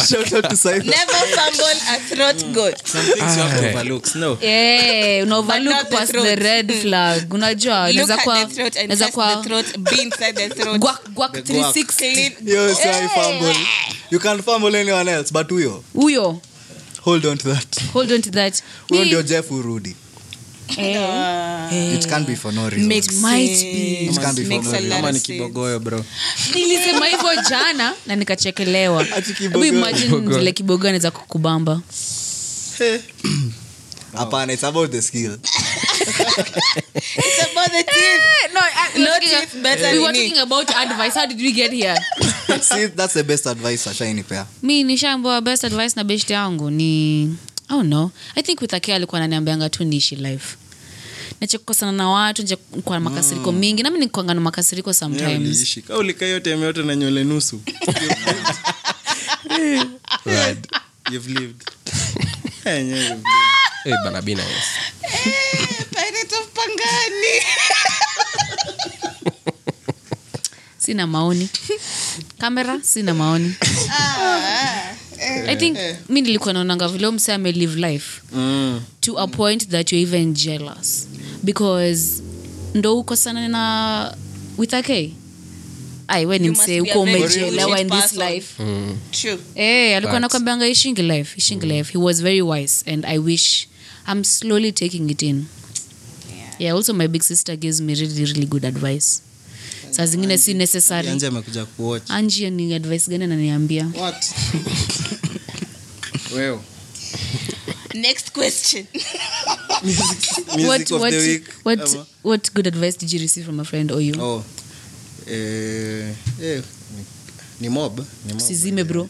E: shout out to Saif.
F: never fumble a
E: Mm.
F: throat goat
C: some things you have to
D: Ah.
C: overlook no
B: Eh, una overlook
F: not the
B: past
F: throat.
B: the red flag unajua
F: look
B: inaweza
F: at
B: kuwa
F: the throat and
B: inaweza
F: test the
B: kuwa
F: throat be inside the throat
B: guac guac
C: The guac.
B: 360
F: clean
E: Yo, Swaifambo. you can fumble anyone else but huyo
B: huyo
E: hold on to that
B: hold on to that
E: huyo
B: Mi-
E: ndio jeff urudi it can be for no reason
B: Eh, Makes might be.
E: it can be for
F: Makes
E: no
F: a
E: reason
F: lot.
C: kama ni kibogoyo bro
B: nilisema hivyo jana na nikachekelewa
E: Ati kibogo.
B: Hebu imagine
D: Kibogo.
B: vile kibogo anaweza kukubamba
E: hapana it's about the skill
F: it's about the teeth
B: Eh, no, I- we were
F: No
B: talking-
F: teeth, better
B: we were
F: unique.
B: talking about advice. How did we get here?
E: see that's the best advice ashainipea
B: mi nishaambiwa best advice na best yangu ni I don't know. i think with ake alikuwa ananiambianga tu niishi life nachekukosana na watu nache- kwa makasiriko mingi nami nikwanga na makasiriko
C: Wewe
B: sometimes
C: uliishi ka Yaani ulikaa hiyo time yote na nywele nusu you've lived Eh, nyewe you've lived.
D: Eh, bana, be nice.
F: pirate of panga gani
B: sina maoni kamera sina maoni i think mi nilikuwa naonanga vile huyu msee ame live life to a point that you're even jealous because ndo uko sana na with ak ai we ni
F: You must
B: msee
F: be a
B: uko
F: very
B: umejelewa in this
F: diligent person.
B: life
F: True.
B: Eh, alikuwa
D: But-
B: anakwambianga ishing life ishing life he was very wise and i wish i'm slowly taking it in yeah, also my big sister gives me really really good advice saa zingine si necessary
C: Anja amekuja kuwatch.
B: anji ni advice gani ananiambia
C: What? Wewe.
F: next question
C: Music
B: what,
C: of
B: what,
C: the week.
B: what,
C: Ama-
B: what good advice did you receive from a friend or you
C: Oh. Eh, eh, ni- ni mob, ni mob.
B: sizime bro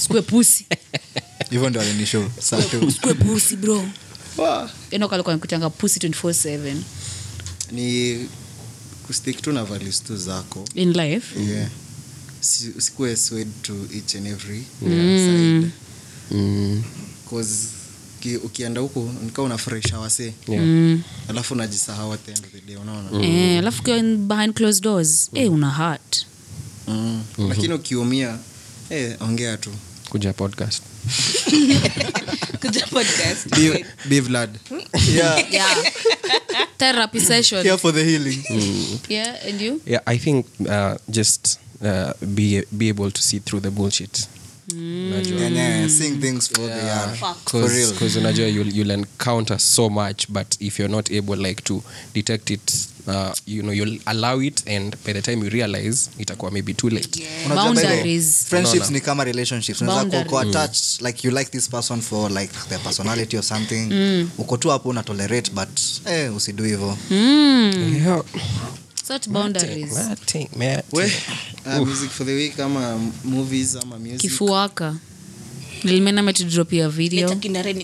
B: sikue pusi
E: hivyo ndo alinisho saa tu
B: sikue pusi bro
C: Wah.
B: enokalikuchanga pusi 24
C: Ni kustick tu na values tu zako.
B: in life
C: Yeah. Si- Usikuwe swayed to each and every
B: Mm.
C: side.
D: Mm,
C: Cause uki- ukienda huku nikaa unafurahisha wasee
B: Mm.
C: alafu unajisahau at the end of the day unaona
B: Eh, alafu ukiwa in- behind closed doors eh, una heart
C: Mm. lakini ukiumia eh, ongea tu
D: kuja podcast
F: kuja podcast
C: be, be Vlad.
E: yeah,
B: yeah. therapy session
E: here for the healing
B: yeah and you
D: yeah i think uh, just uh, be, be able to see through the bullshit Unajua.
E: yeah, yeah, seeing things for the yeah.
F: Fuck.
E: for real
D: because unajua you'll, you'll encounter so much but if you're not able like to detect it uh, you know you'll allow it and by the time you realize itakuwa maybe too late
E: Unajua by the way,
B: Boundaries.
E: friendships
D: Unaona.
E: ni kama relationships unaweza
B: Boundaries.
E: uko attached like you like this person for like their personality or something
F: Mm.
E: uko tu hapo una tolerate but eh usidu hivyo
C: Mm.
D: yeah.
B: Mm. sort boundaries
D: Nothing, nothing.
C: We, uh, music for the week ama m- movies ama music.
B: kifuaka nilimenametiropia video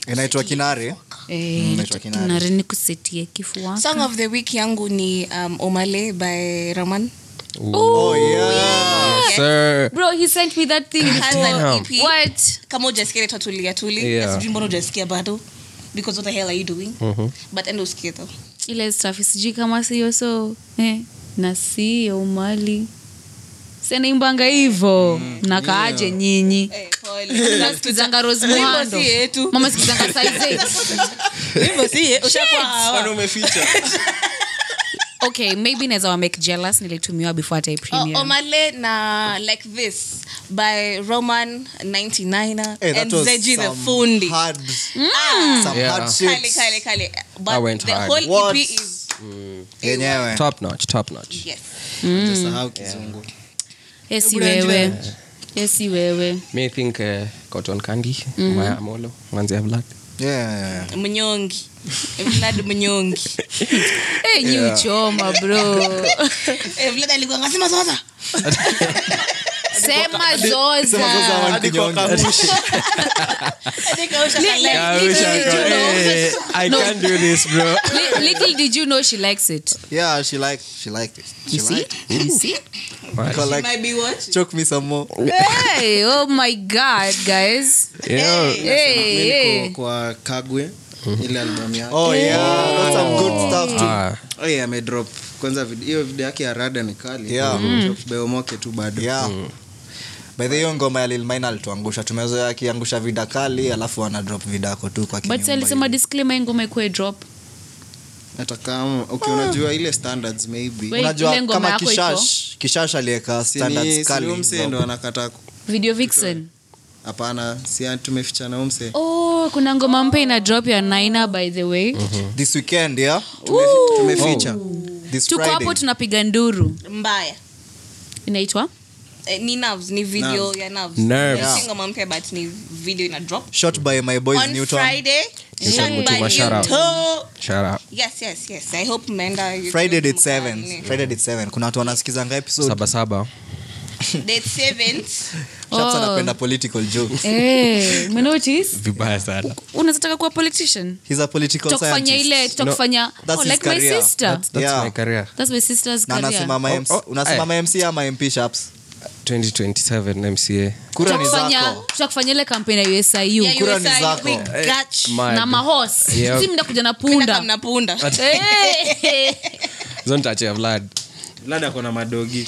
E: inaitwa kinare
B: Eh,
E: naitwa Kinare.
B: narini kusetie kifuaka
F: song of the week yangu ni um, omale by roman
E: oh yeah
D: Yes, sir.
B: bro he sent me that thing
F: Has
B: before.
F: an EP.
B: what
F: kama ujasikia naitwa tulia tuli
D: Yeah.
F: Na sijui mbona ujasikia bado because what the hell are you doing
D: Mhm.
F: but enda usikie tho
B: ile stafi sijui kama siyo so eh, na siyo mali senaimbanga hivo nakaaje nyinyi
F: Eh, pole.
B: nasikizanga rose
F: Wimbo si
B: muhando
F: yetu
B: mama sikizanga size
F: Wimbo si yetu. Ushakuwa hawa.
B: okay maybe naweza wa make jealous nilitumiwa before hata
F: O-
B: ipremiere
F: oh, omale na like this by roman 99er
E: Hey, Eh, that
F: and
E: was
F: zeji the
E: some
F: fundi Mm.
E: hard, some
D: Yeah.
E: hard
F: Kali,
E: shit
F: kali, kali. But
D: That went
F: the
D: hard.
F: whole
E: What?
F: EP is
E: yenyewe
D: top notch top notch
F: yes
C: Hujasahau kizungu.
B: esi wewe esi wewe
D: me think uh, cotton candy maya amolo mwanzia vlad
E: Yeah, yeah, yeah.
F: mnyongi vlad mnyongi
B: hey, nyi uchoma bro
F: Eh, vlad alikuwa ngasema sasa
B: sema zoza
F: Nikausha kalai.
D: i
B: No.
D: can't do this bro
B: Li- little did you know she likes it
E: Yeah, she liked- she liked it. She
B: you see
E: liked-
B: you see
E: because, like,
F: Might be watching.
E: choke me some more.
B: hey oh my god guys
D: yeah.
B: hey,
C: Mi
B: hey.
C: niko kwa kagwe ile album yake
E: Oh, yeah, that's some good stuff too.
D: Ah,
C: oh, yeah, amedrop kwanza vid- hiyo video yake ya rada ni kali
E: Yeah.
C: Drop beomoke tu bado
E: Yeah.
D: Mm.
E: By the way, hiyo ngoma ya Lil Maina alituangusha tumezoea akiangusha vida kali alafu ana drop vidako tu kwa
B: but
E: kinyumba
B: alisema
E: hivi.
B: disclaimer ingoma ikuwe drop
C: hata kama okay, unajua ile standards maybe
B: Wait, ile
E: unajua
B: ngoma
E: kama
B: yako iko?
E: kishash kishash aliweka standards kali
C: umse ndo anakata ku-
B: video vixen
C: hapana si tumefichana umse
B: oh kuna ngoma mpya ina drop ya naina by the way
E: this weekend yeah
C: tumeficha
E: this
B: tuko hapo
E: Friday
B: tunapiga nduru
F: mbaya
B: inaitwa
F: Eh, ni nerves ni video ya nerves
D: Nerves.
F: Si ngoma mpya but ni video ina drop
E: shot by my boys
F: on
E: Newton
F: friday
D: Newton
F: shot
D: Mutuma,
F: by
D: shout out.
F: Newton.
D: shut up
F: yes yes yes i hope mmeenda YouTube
E: Friday date
F: mkaone.
E: 7 Friday date 7 kuna watu wanasikizanga episode
D: saba saba
F: eh, date 7
E: Chaps
B: Oh.
E: anapenda political jokes
B: Eh, umenotice?
D: vibaya sana
B: Unaweza taka kuwa politician
E: he's a political
B: tutakufanya
E: scientist
B: ile tutakufanya
E: that's
B: oh,
E: his
B: like my
E: career.
B: sister
D: that's
E: Yeah.
D: my career
B: that's my sister's
E: na
B: career
E: anasimama
D: Oh,
E: MC
D: oh,
E: unasimama MC ama MP Chaps
D: 2027 mca
E: kura ni
B: Tutakufanya-
E: zako
B: tutakufanya ile kampeni ya USIU
F: Yeah, you
E: Kura ni
F: decide.
E: zako.
F: We
E: Eh,
F: got you.
D: Mad.
B: na mahos
D: Yeah.
B: si mnakuja na
F: Kenda kama
B: punda
F: mnapunda.
B: Eh.
D: Hizo ni touch ya Vlad.
C: lada kona madogi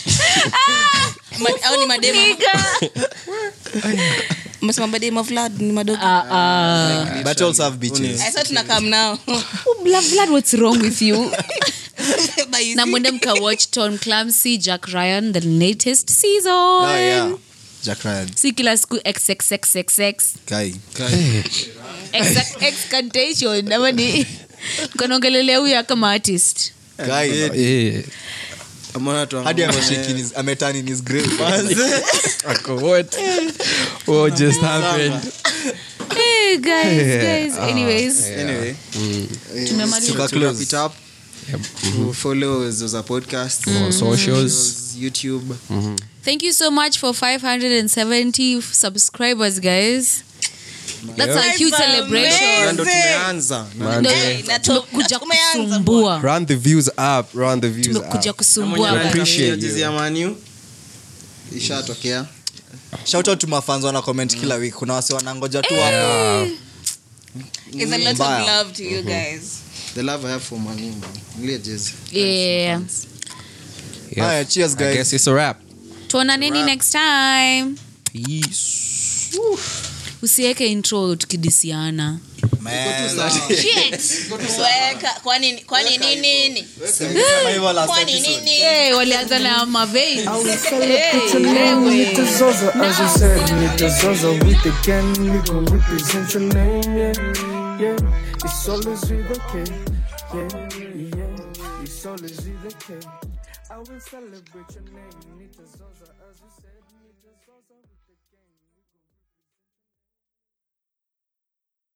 F: Ma- au oh, ni mademo Umesema mademo of Vlad ni madogo
B: Ah, ah.
E: but you also have beaches
F: I thought tunakam nao
B: Oh, Vlad, Vlad, what's wrong with you
F: But you
B: na
F: see-
B: mwende mkawatch tom clamsy jack ryan the latest season
E: oh yeah jack ryan
B: si kila siku xxxxx
E: kai
B: excantation ama ni kanaongelelea huyo kama artist
E: kai
D: Eh,
C: amona tu
E: hadi ameshake in his ametani in his grave
D: ako what? What just happened?
B: hey, guys, guys.
E: Ah,
B: anyways
C: anyway
B: tumemaliza
C: Tuna
E: Tuka- close.
C: wrap it up Mm-hmm. to follow zoza podcast
D: On Mm-hmm. socials.
C: youtube
B: Thank you so much for 570 subscribers, guys. That's a huge celebration.
C: ndo tumeanza Na
D: Man,
F: Hey, na to-
B: Tumekuja
F: umeanza.
B: kusumbua.
D: Run the views up, run the views
B: Tumekuja
D: up.
B: kusumbua.
D: We
B: bana.
D: appreciate you.
C: jezi ya manu ishatokea
E: shout out to mafans wana comment kila week kuna wasi wanangoja tu hapo
F: It's a lot of
E: Mbaya. Mm-hmm.
F: love to you guys.
C: the love i have for manu man ile jezi
B: Yeah.
D: Yeah.
E: Alright, cheers,
D: I
E: guys.
D: guess it's a wrap.
B: Tuonaneni next time.
D: Peace.
B: Usiweke intro tukidisiana.
E: man
F: Weka- kwani- kwani nini?
E: kama hivyo last
F: Kwani
E: episode
F: nini?
B: Hey, Eh, walianza na mavein.
A: I will celebrate your name, Little Zoza, as you said, Little Zoza, with the gang, we gon' represent your name, yeah, yeah. It's always with the K, yeah, yeah. It's always with the K. I will celebrate your name, Little Zoza, as you said.